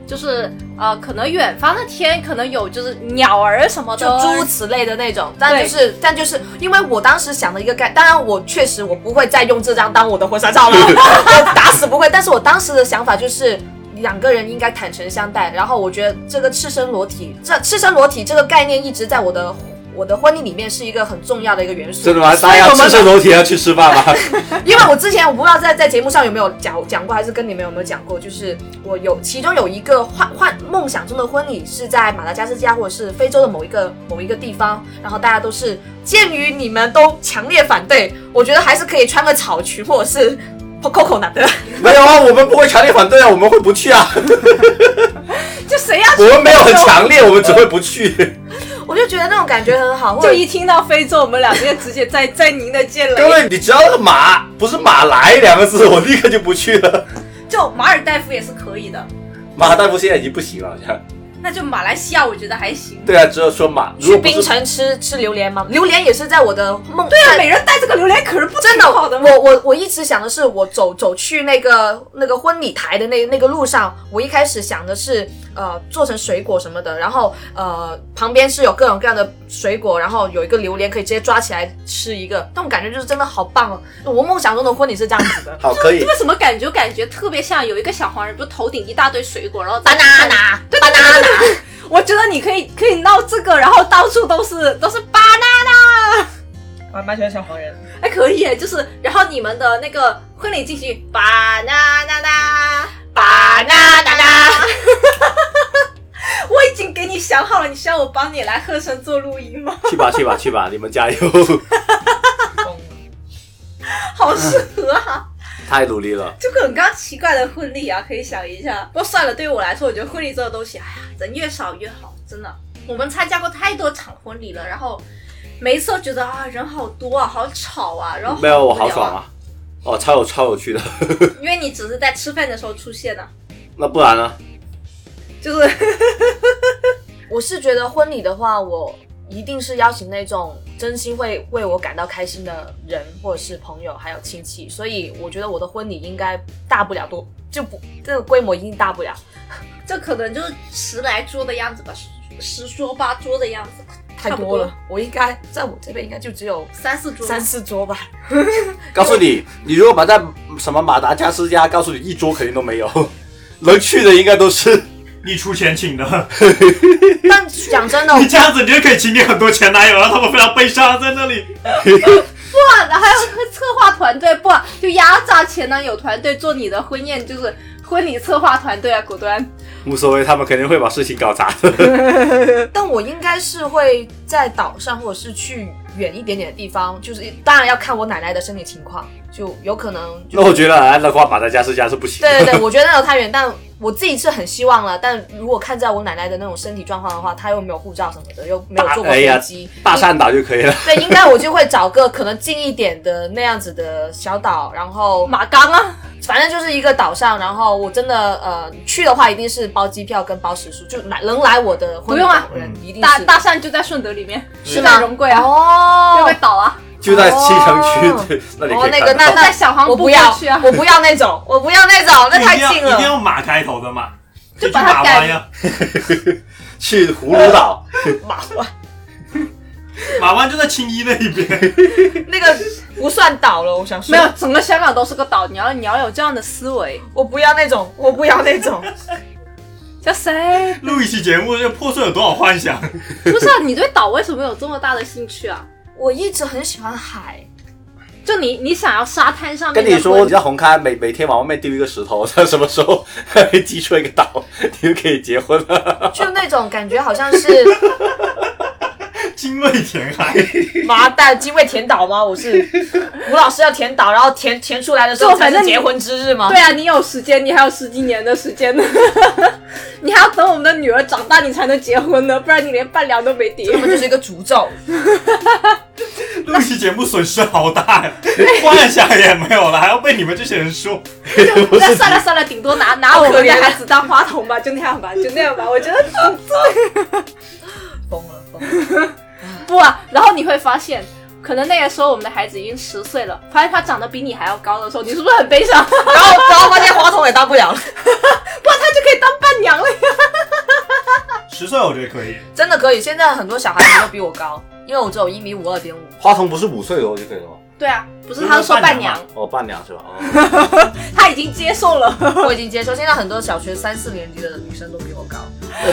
Speaker 1: 就是呃，可能远方的天可能有就是鸟儿什么的，
Speaker 3: 就诸如此类的那种，但
Speaker 1: 对
Speaker 3: 就是但就是因为我当时想的一个概，当然我确实我不会再用这张当我的婚纱
Speaker 4: [LAUGHS]
Speaker 3: 照了，我打死不会。但是我当时的想法就是。两个人应该坦诚相待，然后我觉得这个赤身裸体，这赤身裸体这个概念一直在我的我的婚礼里面是一个很重要的一个元素。
Speaker 4: 真的吗？
Speaker 3: 所
Speaker 4: 大
Speaker 3: 以
Speaker 4: 家
Speaker 3: 我
Speaker 4: 要
Speaker 3: 们
Speaker 4: 赤身裸体要去吃饭吗？
Speaker 3: 因为我之前我不知道在在节目上有没有讲讲过，还是跟你们有没有讲过，就是我有其中有一个幻幻梦想中的婚礼是在马达加斯加或者是非洲的某一个某一个地方，然后大家都是鉴于你们都强烈反对，我觉得还是可以穿个草裙或者是 coco 男的，
Speaker 4: [LAUGHS] 没有啊，我们不会强烈反对啊，我们会不去 [LAUGHS] 啊，
Speaker 1: 就谁要
Speaker 4: 我们没有很强烈，我们只会不去。
Speaker 3: [LAUGHS] 我就觉得那种感觉很好，或
Speaker 1: 就
Speaker 3: 者
Speaker 1: 一听到非洲，我们俩就直接在在您的剑
Speaker 4: [LAUGHS] 各
Speaker 1: 雷，
Speaker 4: 位，你只要那个马不是马来两个字，我立刻就不去了。
Speaker 1: 就马尔代夫也是可以的。
Speaker 4: [LAUGHS] 马大夫现在已经不行了，好像。
Speaker 1: 那就马来西亚，我觉得还行。
Speaker 4: 对啊，只有说马。
Speaker 3: 去
Speaker 4: 如果不
Speaker 3: 槟
Speaker 4: 是，
Speaker 3: 城吃吃榴莲吗？榴莲也是在我的梦对
Speaker 1: 每人带这个榴莲壳不
Speaker 3: 真的，
Speaker 1: 挺好的吗？
Speaker 3: 我我我一直想的是，我走走去那个那个婚礼台的那那个路上，我一开始想的是，呃，做成水果什么的，然后呃，旁边是有各种各样的水果，然后有一个榴莲可以直接抓起来吃一个，那种感觉就是真的好棒哦！我梦想中的婚礼是这样子的
Speaker 1: [LAUGHS]
Speaker 4: 好可以，
Speaker 1: 为什么感觉感觉特别像有一个小黄人，不是头顶一大堆水果，然后在 [LAUGHS] 那里
Speaker 3: banana banana，
Speaker 1: [LAUGHS] 我觉得你可以可以闹这个，然后到处都是都是 [LAUGHS] banana，
Speaker 5: 我还蛮喜欢小黄人，
Speaker 1: 还哎可以耶，就是然后你们的那个婚礼进行 banana banana，我已经给你想好了，你需要我帮你来和声做录音吗？
Speaker 4: 去吧去吧去吧，你们加油，
Speaker 1: 好适合啊！
Speaker 4: [LAUGHS] 太努力了。
Speaker 1: 就各种各样奇怪的婚礼啊，可以想一下。不过算了，对于我来说，我觉得婚礼这个东西，哎呀，人越少越好，真的。我们参加过太多场婚礼了，然后每一次都觉得啊，人好多啊，好吵啊，然后
Speaker 4: 没有，我
Speaker 1: 无聊
Speaker 4: 好爽！啊！哦，超有超有趣的。
Speaker 1: 因为你只是在吃饭的时候出现的、
Speaker 4: 那不然呢？
Speaker 1: 就是 [LAUGHS]
Speaker 3: 我是觉得婚礼的话，我一定是邀请那种真心会为我感到开心的人，或者是朋友，还有亲戚。所以我觉得我的婚礼应该大不了多，就不这个规模一定大不了。
Speaker 1: 这可能就是十来桌的样子吧，十十桌八桌的样子吧，
Speaker 3: 太
Speaker 1: 差不多
Speaker 3: 多了， [LAUGHS] 我应该在我这边应该就只有
Speaker 1: 三四桌。
Speaker 3: 三四桌吧。 [LAUGHS]
Speaker 4: 告诉你，你如果
Speaker 3: [LAUGHS]
Speaker 4: 把在什么马达加斯加，告诉你一桌肯定都没有，能去的应该都是
Speaker 2: 你出钱请的，
Speaker 3: 但讲真的，
Speaker 2: 你这样子你就可以请你很多前男友，啊让他们非常悲伤在那里。
Speaker 1: 哇，然后还有个策划团队，不就压榨前男友团队做你的婚宴，就是婚礼策划团队啊，果断。
Speaker 4: 无所谓，他们肯定会把事情搞砸的。
Speaker 3: 但我应该是会在岛上，或者是去远一点点的地方，就是当然要看我奶奶的身体情况，就有可能就
Speaker 4: [LAUGHS] 那我觉得啊，那话把在家是家是不行的。 [LAUGHS]
Speaker 3: 对对对，我觉得那有太远，但我自己是很希望了。但如果看在我奶奶的那种身体状况的话，她又没有护照什么的，又没有
Speaker 4: 大
Speaker 3: 坐过
Speaker 4: 哎呀
Speaker 3: 飞机，，
Speaker 4: 大善岛就可以了。
Speaker 3: 对，应该我就会找个可能近一点的那样子的小岛，然后
Speaker 1: 马刚啊，
Speaker 3: 反正就是一个岛上，然后我真的呃去的话，一定是包机票跟包食宿，就来能来我的婚礼
Speaker 1: 不用啊
Speaker 2: 嗯
Speaker 3: 的人一定
Speaker 1: 大
Speaker 3: 是哎
Speaker 1: 大善就在顺德里面，
Speaker 3: 是
Speaker 1: 在
Speaker 3: 吗？
Speaker 1: 容桂啊，有个
Speaker 3: 哦，
Speaker 1: 岛啊，
Speaker 4: 就在西城
Speaker 3: 哦
Speaker 4: 区，对，那里可以
Speaker 3: 哦那
Speaker 4: 看
Speaker 3: 个
Speaker 4: 得到
Speaker 3: 那
Speaker 1: 在小航
Speaker 3: 我
Speaker 1: 不
Speaker 3: 不要
Speaker 1: 去啊，，
Speaker 3: 我不要那种，我不要那种，那哦太
Speaker 2: 一定要
Speaker 3: 近
Speaker 2: 一定
Speaker 3: 了。
Speaker 2: 要马开头的嘛，
Speaker 1: 就
Speaker 2: 去
Speaker 1: 把它
Speaker 2: 马
Speaker 1: 改
Speaker 2: 湾呀，
Speaker 4: 去葫芦岛，
Speaker 3: 马湾
Speaker 2: 马湾就在青衣那一边。
Speaker 3: 那个不算岛了，我想说
Speaker 1: 没有，整个香港都是个岛，你要你要有这样的思维，
Speaker 3: 我不要那种，我不要那种。
Speaker 1: 叫谁？
Speaker 2: 录一期节目，这破碎有多少幻想？
Speaker 1: 不是啊，你对岛为什么有这么大的兴趣啊？
Speaker 3: 我一直很喜欢海，
Speaker 1: 就你你想要沙滩上面
Speaker 4: [LAUGHS] 跟
Speaker 1: 的
Speaker 4: 你说，
Speaker 1: 婚
Speaker 4: 你在红磡每每天往外面丢一个石头，他什么时候 [LAUGHS] 会击出一个岛，你就可以结婚了。
Speaker 3: 就那种感觉好像是
Speaker 2: 精卫填海，
Speaker 3: 麻蛋精卫填岛吗？我是吴老师要填岛，然后填填出来的时候
Speaker 1: 就
Speaker 3: 才
Speaker 1: 反正
Speaker 3: 是结婚之日吗？
Speaker 1: 对啊，你有时间，你还有十几年的时间呢， [LAUGHS] 你还要等我们的女儿长大，你才能结婚呢，不然你连伴娘都没得。
Speaker 3: 根本就是一个诅咒。
Speaker 2: 录一期节目损失好大呀，幻想也没有了，还要被你们这些人说。
Speaker 1: 那算了算了，顶多拿拿
Speaker 3: 好
Speaker 1: 我
Speaker 3: 可
Speaker 1: 们的
Speaker 3: 怜
Speaker 1: 孩子当花童吧，就那样吧，就那样吧。我觉得
Speaker 3: 疯了疯了！
Speaker 1: 不、啊，然后你会发现，可能那个时候我们的孩子已经十岁了，发现他长得比你还要高的时候，你是不是很悲伤？ [LAUGHS] 不，
Speaker 3: 然后然后发现花童也当不了了，
Speaker 1: 他就可以当伴娘了。
Speaker 2: 十岁我觉得可以，
Speaker 3: 真的可以。现在很多小孩子都比我高，因为我只有一米五二点五。
Speaker 4: 花童不是五岁的时候就可以了吗？
Speaker 1: 对啊，不是他说伴娘，
Speaker 4: 哦，伴娘是吧？哦，
Speaker 1: 他已经接受 [LAUGHS] 了。
Speaker 3: 我已经接受，现在很多小学三四年级的女生都比我高。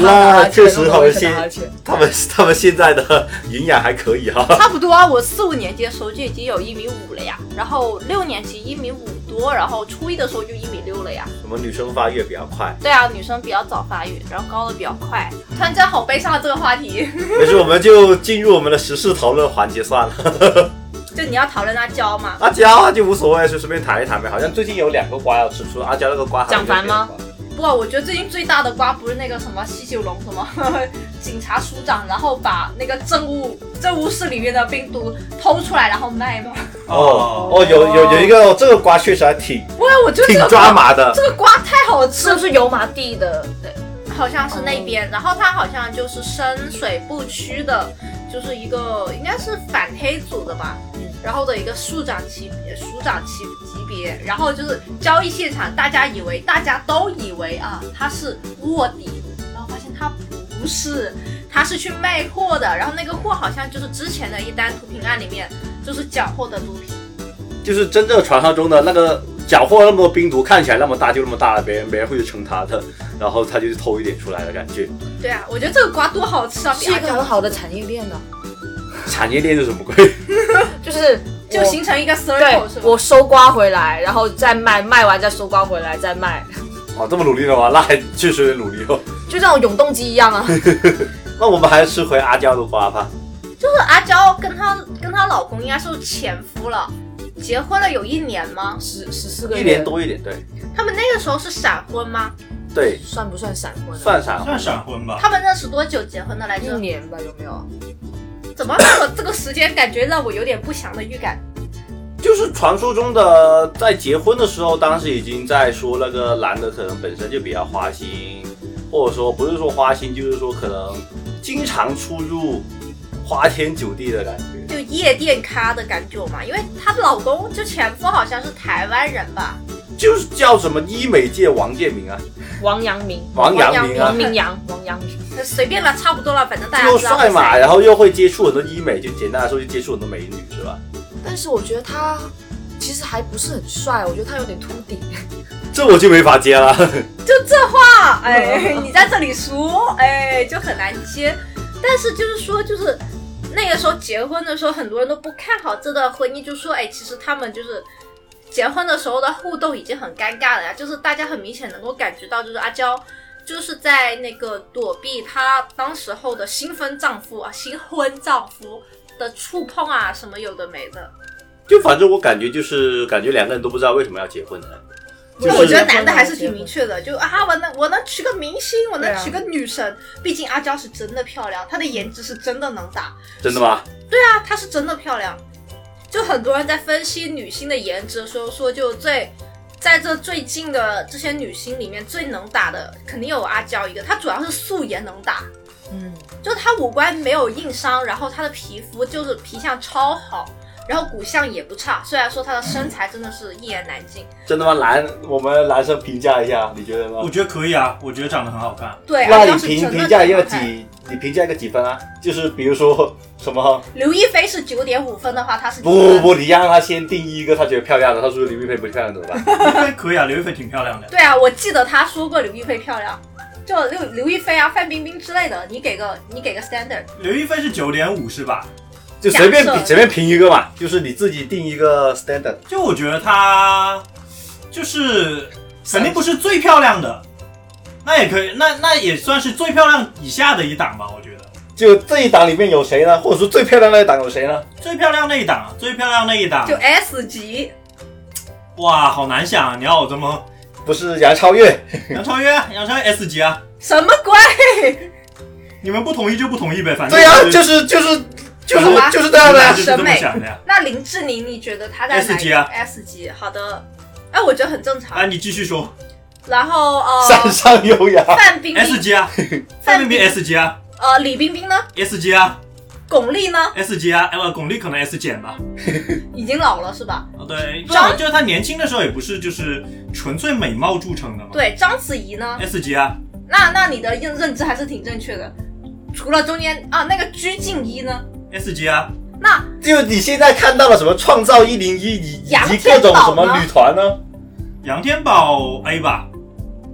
Speaker 4: 那确实好
Speaker 3: 一
Speaker 4: 一
Speaker 3: 些
Speaker 4: 些。
Speaker 3: 而且
Speaker 4: [LAUGHS] 他们他们现在的营养还可以哈、
Speaker 1: 差不多啊，我四五年级的时候就已经有一米五了呀，然后六年级一米五多，然后初一的时候就一米六了呀。
Speaker 4: [LAUGHS] 什么女生发育也比较快，
Speaker 1: 对啊，女生比较早发育，然后高的比较快。突然间好悲伤啊，这个话题。 [LAUGHS]
Speaker 4: 没事，我们就进入我们的时事讨论环节算了。 [LAUGHS]
Speaker 1: 就你要讨论阿娇嘛？
Speaker 4: 阿娇啊就无所谓，就随便谈一谈呗。好像最近有两个瓜要吃，除了阿娇那个瓜，还有
Speaker 3: 蒋凡吗
Speaker 4: 别的瓜？
Speaker 1: 不，我觉得最近最大的瓜不是那个什么西九龙什么 [LAUGHS] 警察署长，然后把那个政务政务室里面的病毒偷出来然后卖吗？
Speaker 4: 哦哦，有有有一个、这个瓜确实还挺
Speaker 1: 哇，我觉得
Speaker 4: 挺
Speaker 1: 这个
Speaker 4: 抓
Speaker 1: 瓜
Speaker 4: 马的
Speaker 1: 这，个瓜太好吃
Speaker 3: 是
Speaker 1: 了
Speaker 3: 不。是油麻地的？对，
Speaker 1: 好像是那
Speaker 3: 哦
Speaker 1: 边，然后他好像就是深水埗区的，就是一个应该是反黑组的吧，
Speaker 3: 嗯
Speaker 1: 然后的一个署长级署长级级别，然后就是交易现场，大家以为大家都以为啊他是卧底，然后发现他不是，他是去卖货的，然后那个货好像就是之前的一单毒品案里面就是缴获的毒品，
Speaker 4: 就是真正传说中的那个缴获那么多冰毒，看起来那么大就那么大了，别人别人会去称他的，然后他就偷一点出来的感觉。
Speaker 1: 对啊，我觉得这个瓜多好吃啊，比
Speaker 3: 是一
Speaker 1: 阿
Speaker 3: 个
Speaker 1: 胶
Speaker 3: 很好的产业链啊的，
Speaker 4: 产业链是什么鬼？
Speaker 3: 就是
Speaker 1: 就
Speaker 3: 我
Speaker 1: 形成一个 circle 是吧？
Speaker 3: 对，我收瓜回来，然后再卖，卖完再收瓜回来再卖，
Speaker 4: 哦，这么努力的吗？那还确实有点努力哦。
Speaker 3: 就像永动机一样啊。
Speaker 4: 那我们还是吃回阿娇的瓜吧。
Speaker 1: 就是阿娇跟她跟她老公应该是前夫了，结婚了有一年吗？
Speaker 3: 十十四个月，
Speaker 4: 一年多一点，对
Speaker 1: 他们那个时候是闪婚吗？
Speaker 4: 对，
Speaker 3: 算不算闪婚啊？
Speaker 4: 算啥？
Speaker 2: 算闪婚吧。
Speaker 1: 他们认识多久结婚的来
Speaker 3: 一
Speaker 1: 着？
Speaker 3: 年吧，有没有？
Speaker 1: 怎么这个这个时间感觉让我有点不祥的预感？
Speaker 4: 就是传说中的，在结婚的时候，当时已经在说那个男的可能本身就比较花心，或者说不是说花心，就是说可能经常出入花天酒地的感觉。
Speaker 1: 就夜店咖的感觉嘛，因为她老公就前夫好像是台湾人吧，
Speaker 4: 就是叫什么医美界王建民啊，
Speaker 3: 王阳明，
Speaker 4: 王阳明啊
Speaker 3: 王，明阳，王阳明。
Speaker 1: 随便了，差不多了，反正大家
Speaker 4: 又
Speaker 1: 知道
Speaker 4: 帅
Speaker 1: 是
Speaker 4: 嘛，
Speaker 1: 谁。
Speaker 4: 然后又会接触很多医美，就简单来说就接触很多美女是吧？
Speaker 3: 但是我觉得他其实还不是很帅，我觉得他有点秃顶。
Speaker 4: 这我就没法接了。 [LAUGHS]
Speaker 1: 就这话，哎，你在这里说，哎，就很难接。但是就是说，就是那个时候结婚的时候，很多人都不看好这段婚姻，就说，哎，其实他们就是结婚的时候的互动已经很尴尬了呀，就是大家很明显能够感觉到，就是阿娇。就是在那个躲避她当时候的新婚丈夫啊，新婚丈夫的触碰啊，什么有的没的。
Speaker 4: 就反正我感觉就是感觉两个人都不知道为什么要结婚的，
Speaker 1: 不，
Speaker 4: 就是是
Speaker 1: 我觉得男的还是挺明确的，就啊，我能我能娶个明星，我能
Speaker 3: 对啊
Speaker 1: 娶个女神，毕竟阿娇是真的漂亮，她的颜值是真的能打，
Speaker 4: 真的吗？
Speaker 1: 啊，她是真的漂亮。就很多人在分析女星的颜值的时候说，就最在这最近的这些女星里面最能打的，肯定有阿娇一个，她主要是素颜能打，
Speaker 3: 嗯，
Speaker 1: 就她五官没有硬伤，然后她的皮肤就是皮相超好，然后骨相也不差，虽然说她的身材真的是一言难尽，
Speaker 4: 真的吗？男，我们男生评价一下，你觉得
Speaker 2: 我
Speaker 4: 呢？
Speaker 2: 觉得可以啊，我觉得长得很好看。
Speaker 1: 对，
Speaker 4: 那
Speaker 1: 阿娇
Speaker 4: 你
Speaker 1: 是真
Speaker 4: 评
Speaker 1: 的
Speaker 4: 评价一
Speaker 1: 挺好
Speaker 4: 个
Speaker 1: 看
Speaker 4: 几？你评价一个几分啊？就是比如说什么？ [LAUGHS]
Speaker 1: 刘亦菲是九点五分的话，她是
Speaker 4: 不不不，你让他先定义一个他觉得漂亮的，他说刘亦菲不漂亮怎么办？
Speaker 2: 刘亦菲可以啊，刘亦菲挺漂亮的。
Speaker 1: 对啊，我记得她说过刘亦菲漂亮，就刘刘亦菲啊、范冰冰之类的，你给个你给个 standard，
Speaker 2: 刘亦菲是九点五是吧？
Speaker 4: 就随便
Speaker 1: 假设
Speaker 4: 比随便评一个嘛，就是你自己定一个 standard。
Speaker 2: 就我觉得她就是肯定不是最漂亮的，那也可以，那那也算是最漂亮以下的一档吧。我觉得
Speaker 4: 就这一档里面有谁呢？或者说最漂亮那一档有谁呢？
Speaker 2: 最漂亮那一档，啊最漂亮那一档
Speaker 1: 就，S 级。
Speaker 2: 哇，好难想啊！你要我怎
Speaker 4: [LAUGHS]
Speaker 2: 么？
Speaker 4: 不是杨超越，
Speaker 2: 杨超越，杨超越 S 级啊！
Speaker 1: 什么鬼？
Speaker 2: 你们不同意就不同意呗，反正
Speaker 4: 对呀、
Speaker 2: 我
Speaker 4: 就是是就是就是
Speaker 1: 好吧
Speaker 4: 就是这样的啊呀
Speaker 2: 就。是这么想的呀。
Speaker 1: 那林志玲，你觉得她在哪一
Speaker 2: S 级啊
Speaker 1: ？S 级，好的。哎，我觉得很正
Speaker 2: 啊，
Speaker 1: 常。
Speaker 2: 你继续说
Speaker 1: 然后
Speaker 4: 山
Speaker 1: 呃，
Speaker 4: 上优雅，
Speaker 1: 范冰
Speaker 2: ，S
Speaker 1: 冰，
Speaker 2: 级啊，范冰冰 S 级啊
Speaker 1: 呃，李冰冰呢？
Speaker 2: ，S 级啊
Speaker 1: 巩俐呢？
Speaker 2: ，S 级啊，呃，巩俐可能 S 减吧。
Speaker 1: 已经老了是吧？
Speaker 2: 啊，对，
Speaker 1: 张
Speaker 2: 就就是她年轻的时候也不是就是纯粹美貌著称的嘛。
Speaker 1: 对，章子怡呢？
Speaker 2: ，S 级啊，
Speaker 1: 那那你的认认知还是挺正确的。除了中间啊，那个鞠婧祎呢？
Speaker 2: S 级啊，
Speaker 1: 那
Speaker 4: 就你现在看到了什么创造一零一以以
Speaker 1: 杨
Speaker 4: 及
Speaker 1: 天
Speaker 4: 各种
Speaker 1: 宝
Speaker 4: 什
Speaker 1: 呢
Speaker 4: 么女团呢？
Speaker 2: 杨天宝 A 吧，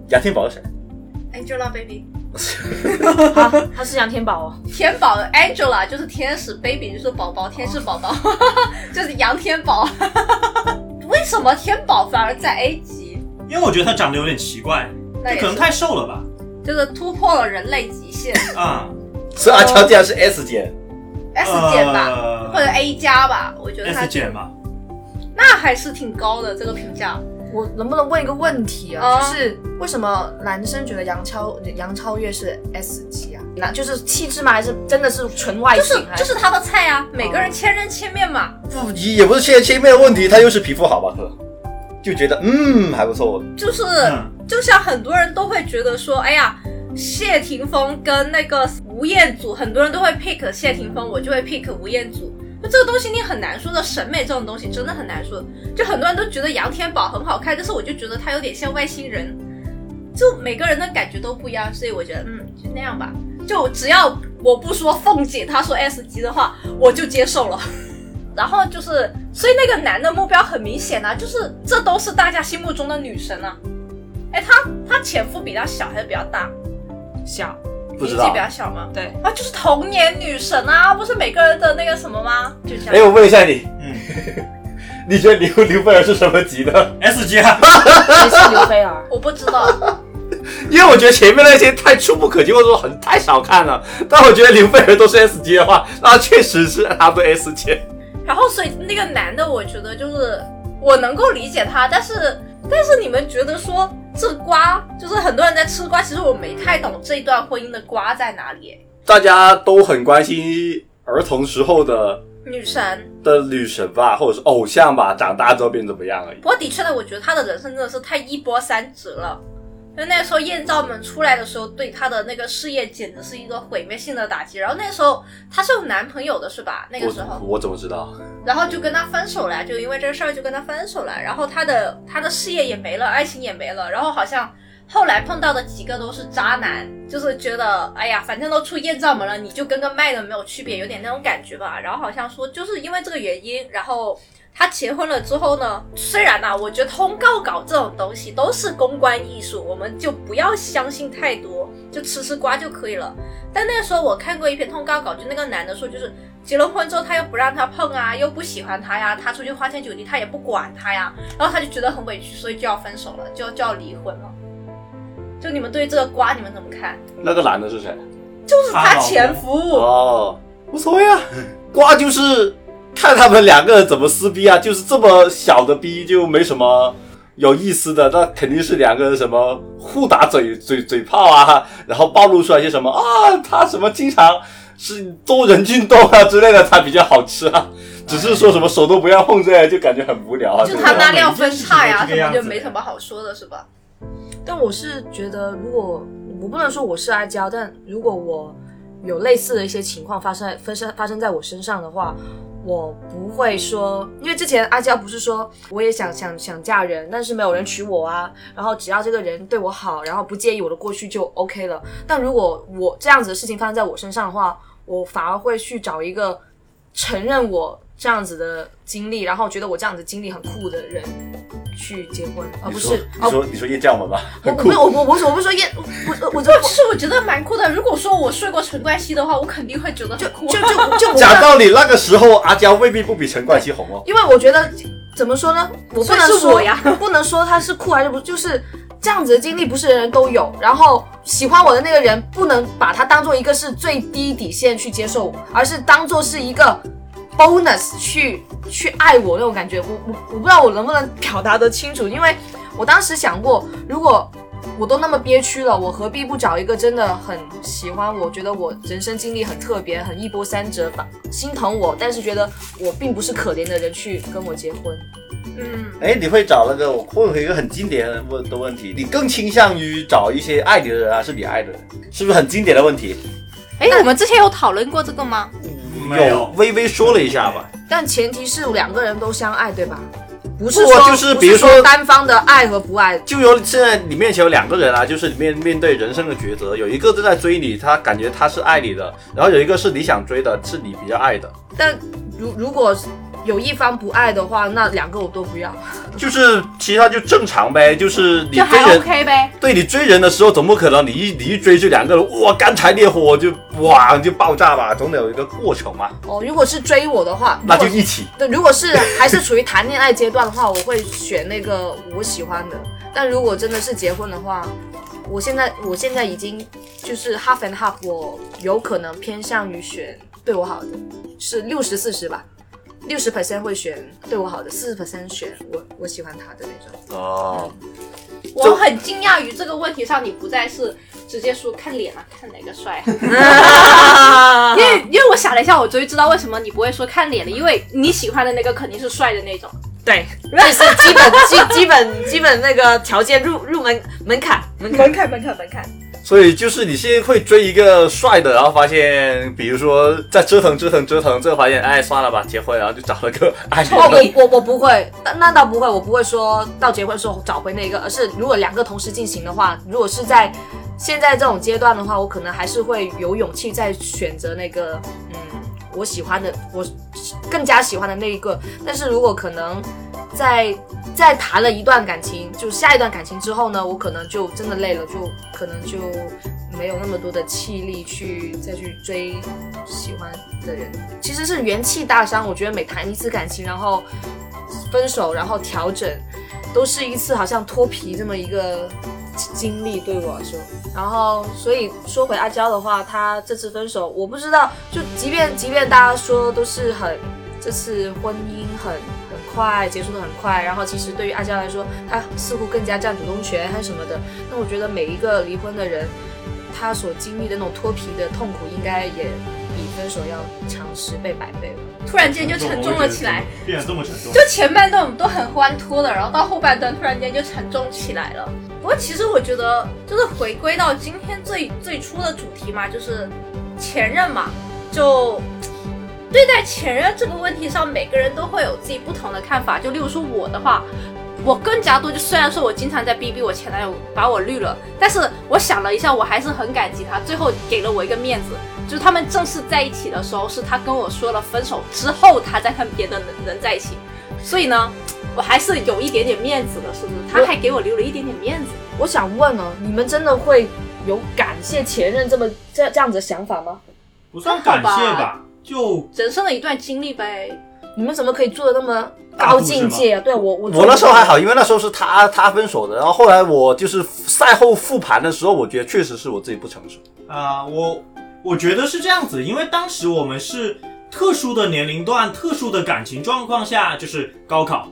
Speaker 4: 杨天宝是谁？
Speaker 1: 哎 Angelababy，
Speaker 3: 啊，他是杨天宝哦。
Speaker 1: 天宝 Angela 就是天使，baby 就是宝
Speaker 2: 哦
Speaker 1: 宝，天使宝宝， [LAUGHS] 就是杨天宝。 [LAUGHS] 为什么天宝反而在 A 级？
Speaker 2: 因为我觉得她长得有点奇怪，
Speaker 1: 那
Speaker 2: 就
Speaker 1: 也
Speaker 2: 可能
Speaker 1: 是，
Speaker 2: 太瘦了吧。
Speaker 1: 就是突破了人类极
Speaker 2: [LAUGHS]
Speaker 1: 限
Speaker 2: 啊、
Speaker 4: 是阿娇竟然
Speaker 1: 哦
Speaker 4: 是 S 姐，
Speaker 1: ，S 减吧，
Speaker 2: 呃
Speaker 1: 或者 A 加吧，我觉得他
Speaker 2: ，S 减吧。
Speaker 1: 那还是挺高的这个评价。
Speaker 3: 我能不能问一个问题啊？
Speaker 1: 啊
Speaker 3: 就是为什么男生觉得杨超杨超越是 S 级啊？那就是气质吗？还是真的是纯外
Speaker 1: 就是
Speaker 3: 形？还
Speaker 1: 就是他的菜啊，每个人千人千面嘛。
Speaker 4: 不也也不是切切面的问题，她又是皮肤好吧？呵就觉得嗯还不错，
Speaker 1: 就是、
Speaker 2: 嗯
Speaker 1: 就像很多人都会觉得说，哎呀，谢霆锋跟那个吴彦祖，很多人都会 pick 谢霆锋，我就会 pick 吴彦祖。那这个东西你很难说的，审美这种东西真的很难说。就很多人都觉得杨天宝很好看，但是我就觉得他有点像外星人，就每个人的感觉都不一样，所以我觉得嗯就那样吧。就只要我不说凤姐，她说 S 级的话，我就接受了。 [LAUGHS] 然后就是，所以那个男的目标很明显啊，就是这都是大家心目中的女神啊。哎，她她前夫比她小还是比较大？
Speaker 3: 小
Speaker 4: 不知
Speaker 1: 年纪
Speaker 4: 道
Speaker 1: 比。较小吗？
Speaker 3: 对，
Speaker 1: 啊，就是童年女神啊，不是每个人的那个什么吗？就这
Speaker 4: 哎，
Speaker 1: 样。。
Speaker 4: 我问一下你， [LAUGHS]
Speaker 2: 嗯
Speaker 4: 你觉得刘刘贝尔是什么级的？
Speaker 2: ，S 级啊，
Speaker 3: 也是刘菲儿
Speaker 1: 我不知
Speaker 4: [LAUGHS]
Speaker 1: 道，
Speaker 4: 因为我觉得前面那些太触不可及，或者说很太少看了。但我觉得刘贝尔都是 S 级的话，那确实是她的 S 级。
Speaker 1: 然后所以那个男的，我觉得就是我能够理解他，但是但是你们觉得说这瓜就是很多人在吃瓜，其实我没太懂这一段婚姻的瓜在哪里。哎
Speaker 4: 大家都很关心儿童时候的
Speaker 1: 女神，
Speaker 4: 的女神吧，或者是偶像吧，长大之后变怎么样而已
Speaker 1: 不。过的确呢，我觉得他的人生真的是太一波三折了。就那时候艳照门出来的时候，对他的那个事业简直是一个毁灭性的打击。然后那时候她是有男朋友的，是吧？那个时
Speaker 4: 我
Speaker 1: 候，
Speaker 4: 我怎么知道？
Speaker 1: 然后就跟他分手了，就因为这个事儿就跟他分手了。然后他的他的事业也没了，爱情也没了。然后好像后来碰到的几个都是渣男，就是觉得哎呀，反正都出艳照门了，你就跟个卖的没有区别，有点那种感觉吧。然后好像说就是因为这个原因，然后他结婚了之后呢，虽然呐、我觉得通告稿这种东西都是公关艺术，我们就不要相信太多，就吃吃瓜就可以了。但那时候我看过一篇通告稿，就那个男的说，就是结了婚之后他又不让他碰啊，又不喜欢他呀，他出去花天酒地他也不管他呀，然后他就觉得很委屈，所以就要分手了，就就要离婚了。就你们对这个瓜你们怎么看？
Speaker 4: 那个男的是谁？
Speaker 1: 就是
Speaker 2: 她
Speaker 1: 他
Speaker 2: 老啊公
Speaker 1: 前夫，
Speaker 4: 哦，无所谓啊，瓜就是看他们两个人怎么撕逼啊，就是这么小的逼就没什么有意思的，那肯定是两个人什么互打嘴嘴嘴炮啊，然后暴露出来些什么啊，他什么经常是多人运动啊之类的，他比较好吃啊。只是说什么手都不要碰之类的，就感觉很无聊啊。
Speaker 1: 就
Speaker 4: 这个
Speaker 1: 他拉料分叉呀，什么
Speaker 2: 这个样子
Speaker 1: 就没什么好说的，是吧？ [LAUGHS]
Speaker 3: 但我是觉得，如果我不能说我是阿娇，但如果我有类似的一些情况发生在发生发生在我身上的话，我不会说，因为之前阿娇不是说我也想想想嫁人，但是没有人娶我啊，然后只要这个人对我好，然后不介意我的过去就 OK 了。但如果我这样子的事情发生在我身上的话，我反而会去找一个承认我这样子的经历，然后觉得我这样子经历很酷的人去结婚，而
Speaker 4: 你
Speaker 3: 不
Speaker 4: 说
Speaker 3: 是哦而
Speaker 4: 你说你说叶酱文吧，
Speaker 3: 我
Speaker 4: 很
Speaker 3: 我
Speaker 4: 酷
Speaker 3: 没。有我我我我不是说厌，我我我就
Speaker 1: 其实我觉得蛮酷的。如果说我睡过陈冠希的话，我肯定会觉得很酷。啊
Speaker 3: 就就就
Speaker 4: 讲
Speaker 3: 我，
Speaker 4: 道理，那个时候阿娇未必不比陈冠希红哦。
Speaker 3: 因为我觉得怎么说呢，我不能
Speaker 1: 所以是
Speaker 3: 说
Speaker 1: 我呀，
Speaker 3: [LAUGHS] 不能说他是酷还是不，就是这样子的经历不是人人都有。然后喜欢我的那个人，不能把他当做一个是最低底线去接受我，而是当做是一个 bonus 去去爱我那种感觉。我我我不知道我能不能表达得清楚，因为我当时想过，如果我都那么憋屈了，我何必不找一个真的很喜欢我，觉得我人生经历很特别，很一波三折，反心疼我，但是觉得我并不是可怜的人去跟我结婚。
Speaker 1: 嗯，
Speaker 4: 哎，你会找那个？我问回一个很经典的问的问题，你更倾向于找一些爱你的人还是你爱的人？是不是很经典的问题？
Speaker 1: 哎，我们之前有讨论过这个吗？
Speaker 2: 没有
Speaker 4: 微微说了一下吧。
Speaker 3: 但前提是两个人都相爱，对吧？不
Speaker 4: 不
Speaker 3: 是说，
Speaker 4: 就是
Speaker 3: 不
Speaker 4: 比如说
Speaker 3: 说单方的爱和不爱，
Speaker 4: 就有现在你面前有两个人啊，就是你面面对人生的抉择，有一个正在追你，他感觉他是爱你的，然后有一个是你想追的，是你比较爱的。
Speaker 3: 但如如果有一方不爱的话，那两个我都不要。
Speaker 4: 就是其实他就正常呗，就是你
Speaker 1: 就
Speaker 4: 追
Speaker 1: 还
Speaker 4: 人，
Speaker 1: OK 呗。
Speaker 4: 对你追人的时候，总不可能你一你一追就两个人哇干柴烈火就哇就爆炸吧，总得有一个过程嘛，
Speaker 3: 哦，如果是追我的话，
Speaker 4: 那就
Speaker 3: 如果
Speaker 4: 一起。
Speaker 3: 对，如果是还是处于谈恋爱阶段的话，我会选那个我喜欢的。但如果真的是结婚的话，我现在我现在已经就是 half and half，我有可能偏向于选对我好的，是六十四十吧。六十 percent 会选对我好的，四十 percent 选我我喜欢他的那种。 [LAUGHS]
Speaker 4: 哦，
Speaker 1: 我很惊讶于这个问题上，你不再是直接说看脸啊，看哪个帅、啊。 [LAUGHS] 因为因为我想了一下，我终于知道为什么你不会说看脸了，因为你喜欢的那个肯定是帅的那种。
Speaker 5: 对，这是基本基基本基本那个条件入入门门槛门槛。
Speaker 1: 门槛门槛门槛。
Speaker 4: 所以就是你先会追一个帅的，然后发现，比如说再折腾折腾折腾，最后发现，哎，算了吧，结婚，然后就找了个 [LAUGHS] 爱
Speaker 3: 哦，
Speaker 4: 人。
Speaker 3: 我我我不会，但那倒不会，我不会说到结婚时候找回那个，而是如果两个同时进行的话，如果是在现在这种阶段的话，我可能还是会有勇气再选择那个，嗯，我喜欢的，我更加喜欢的那一个。但是如果可能在在谈了一段感情，就下一段感情之后呢，我可能就真的累了，就可能就没有那么多的气力去再去追喜欢的人，其实是元气大伤。我觉得每谈一次感情，然后分手，然后调整，都是一次好像脱皮这么一个经历对我来说。然后，所以说回阿娇的话，她这次分手，我不知道，就即便即便大家说都是很这次婚姻很很快结束的很快，然后其实对于阿娇来说，她似乎更加占主动权还是什么的。那我觉得每一个离婚的人，他所经历的那种脱皮的痛苦，应该也比分手要长十倍百倍吧。
Speaker 1: 突然间就沉重了起来，，
Speaker 2: 变得这么沉重。
Speaker 1: 就前半段我们都很欢脱的，然后到后半段突然间就沉重起来了。不过其实我觉得，就是回归到今天最最初的主题嘛，就是前任嘛，就对待前任这个问题上，每个人都会有自己不同的看法。就例如说我的话，我更加多就虽然说我经常在逼逼我前男友把我绿了，但是我想了一下，我还是很感激他，最后给了我一个面子。就是他们正式在一起的时候，是他跟我说了分手之后，他再跟别的人人在一起。所以呢，我还是有一点点面子的，是不是？他还给我留了一点点面子。
Speaker 3: 我想问哦，你们真的会有感谢前任这么这这样子的想法吗？
Speaker 2: 不算感谢
Speaker 1: 还好
Speaker 2: 吧，就
Speaker 1: 人生的一段经历呗，
Speaker 3: 你们怎么可以做的那么高境界啊？对我我
Speaker 4: 我那时候还好，，因为那时候是他他分手的，然后后来我就是赛后复盘的时候，我觉得确实是我自己不成熟。
Speaker 2: 啊、我我觉得是这样子，因为当时我们是特殊的年龄段、特殊的感情状况下，就是高考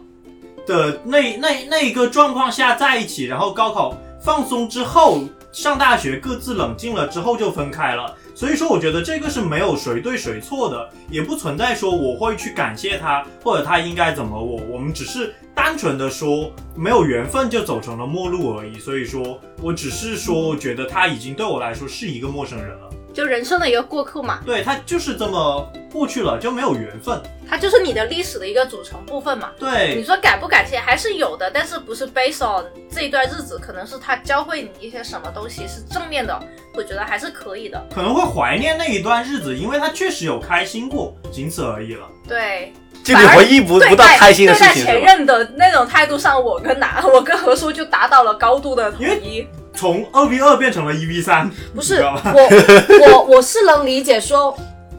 Speaker 2: 的那那那一个状况下在一起，然后高考放松之后，上大学各自冷静了之后就分开了。所以说，我觉得这个是没有谁对谁错的，也不存在说我会去感谢他或者他应该怎么我，我们只是单纯的说没有缘分就走成了陌路而已。所以说我只是说，我觉得他已经对我来说是一个陌生人了，
Speaker 1: 就人生的一个过客嘛，
Speaker 2: 对他就是这么过去了，就没有缘分。
Speaker 1: 它就是你的历史的一个组成部分嘛。你
Speaker 2: 对，
Speaker 1: 说感不感谢还是有的，但是不是 based on 这一段日子，可能是他教会你一些什么东西是正面的，我觉得还是可以的。
Speaker 2: 可能会怀念那一段日子，因为他确实有开心过，仅此而已了。
Speaker 1: 对，
Speaker 4: 就你回忆不
Speaker 1: 对
Speaker 4: 不到
Speaker 1: 待
Speaker 4: 开心的事
Speaker 1: 对
Speaker 4: 情
Speaker 1: 待前
Speaker 4: 是吧？
Speaker 1: 任的那种态度上，我跟哪我跟何叔就达到了高度的统一。
Speaker 2: 从二 v 二变成了一 v 三，
Speaker 3: 不
Speaker 2: 你
Speaker 3: 是
Speaker 2: 知道吧
Speaker 3: 我我我是能理解说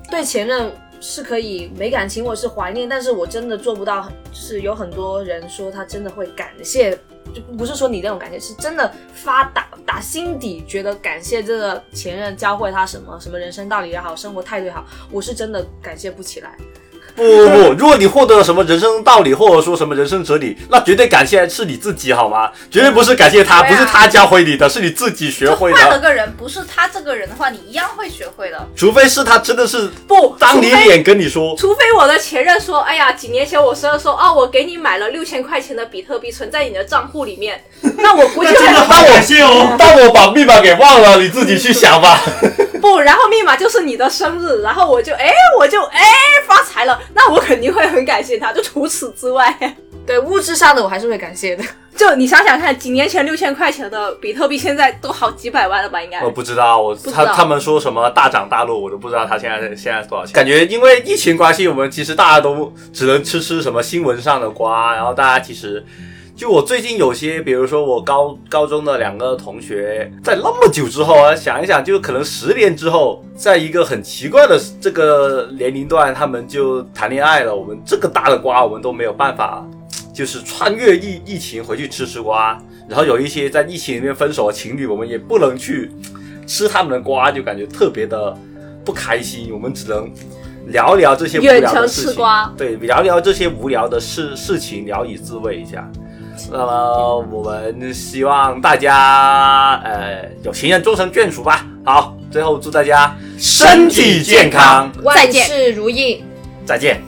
Speaker 3: 对前任是可以没感情，我是怀念，但是我真的做不到，就是有很多人说他真的会感谢。就不是说你那种感谢，是真的发打打心底觉得感谢这个前任教会他什么什么人生道理也好，生活态度也好，我是真的感谢不起来。
Speaker 4: 不不不，如果你获得了什么人生道理，或者说什么人生哲理，那绝对感谢是你自己好吗？绝对不是感谢他，
Speaker 1: 对啊
Speaker 4: 不是他教会你的，是你自己学
Speaker 1: 就
Speaker 4: 会
Speaker 1: 换了
Speaker 4: 的。
Speaker 1: 个人，不是他这个人的话，你一样会学会的。
Speaker 4: 除非是他真的是
Speaker 1: 不，
Speaker 4: 当你
Speaker 1: 除非
Speaker 4: 脸跟你说，
Speaker 1: 除非我的前任说，哎呀，几年前我生日说，哦，我给你买了六千块钱的比特币，存在你的账户里面， [LAUGHS] 那我估计
Speaker 2: 真的
Speaker 1: 会
Speaker 2: 好感谢哦。
Speaker 4: 但我把密码给忘了，你自己去想吧。
Speaker 1: 不，然后密码就是你的生日，然后我就哎，我就哎发财了，那我肯定会很感谢他。就除此之外， [LAUGHS]
Speaker 3: 对物质上的我还是会感谢的。
Speaker 1: 就你想想看，几年前六千块钱的比特币，现在都好几百万了吧？应该
Speaker 4: 我不知道，我
Speaker 1: 知
Speaker 4: 他
Speaker 1: 道嗯
Speaker 4: 他们说什么大涨大落，我都不知道他现在现在多少钱。感觉因为疫情关系，我们其实大家都只能吃吃什么新闻上的瓜，然后大家其实。就我最近有些，比如说我高高中的两个同学，在那么久之后啊，想一想，就可能十年之后，在一个很奇怪的这个年龄段，他们就谈恋爱了。我们这个大的瓜，我们都没有办法，就是穿越疫疫情回去吃吃瓜。然后有一些在疫情里面分手的情侣，我们也不能去吃他们的瓜，就感觉特别的不开心。我们只能聊聊这些无
Speaker 1: 远
Speaker 4: 聊
Speaker 1: 程
Speaker 4: 的事
Speaker 1: 吃
Speaker 4: 情，
Speaker 1: 瓜。
Speaker 4: 对，聊聊这些无聊的事事情，聊以自慰一下。那么我们希望大家呃有情人终成眷属吧。好，最后祝大家身体健康，
Speaker 1: 再见
Speaker 5: 万事如意。
Speaker 4: 再见。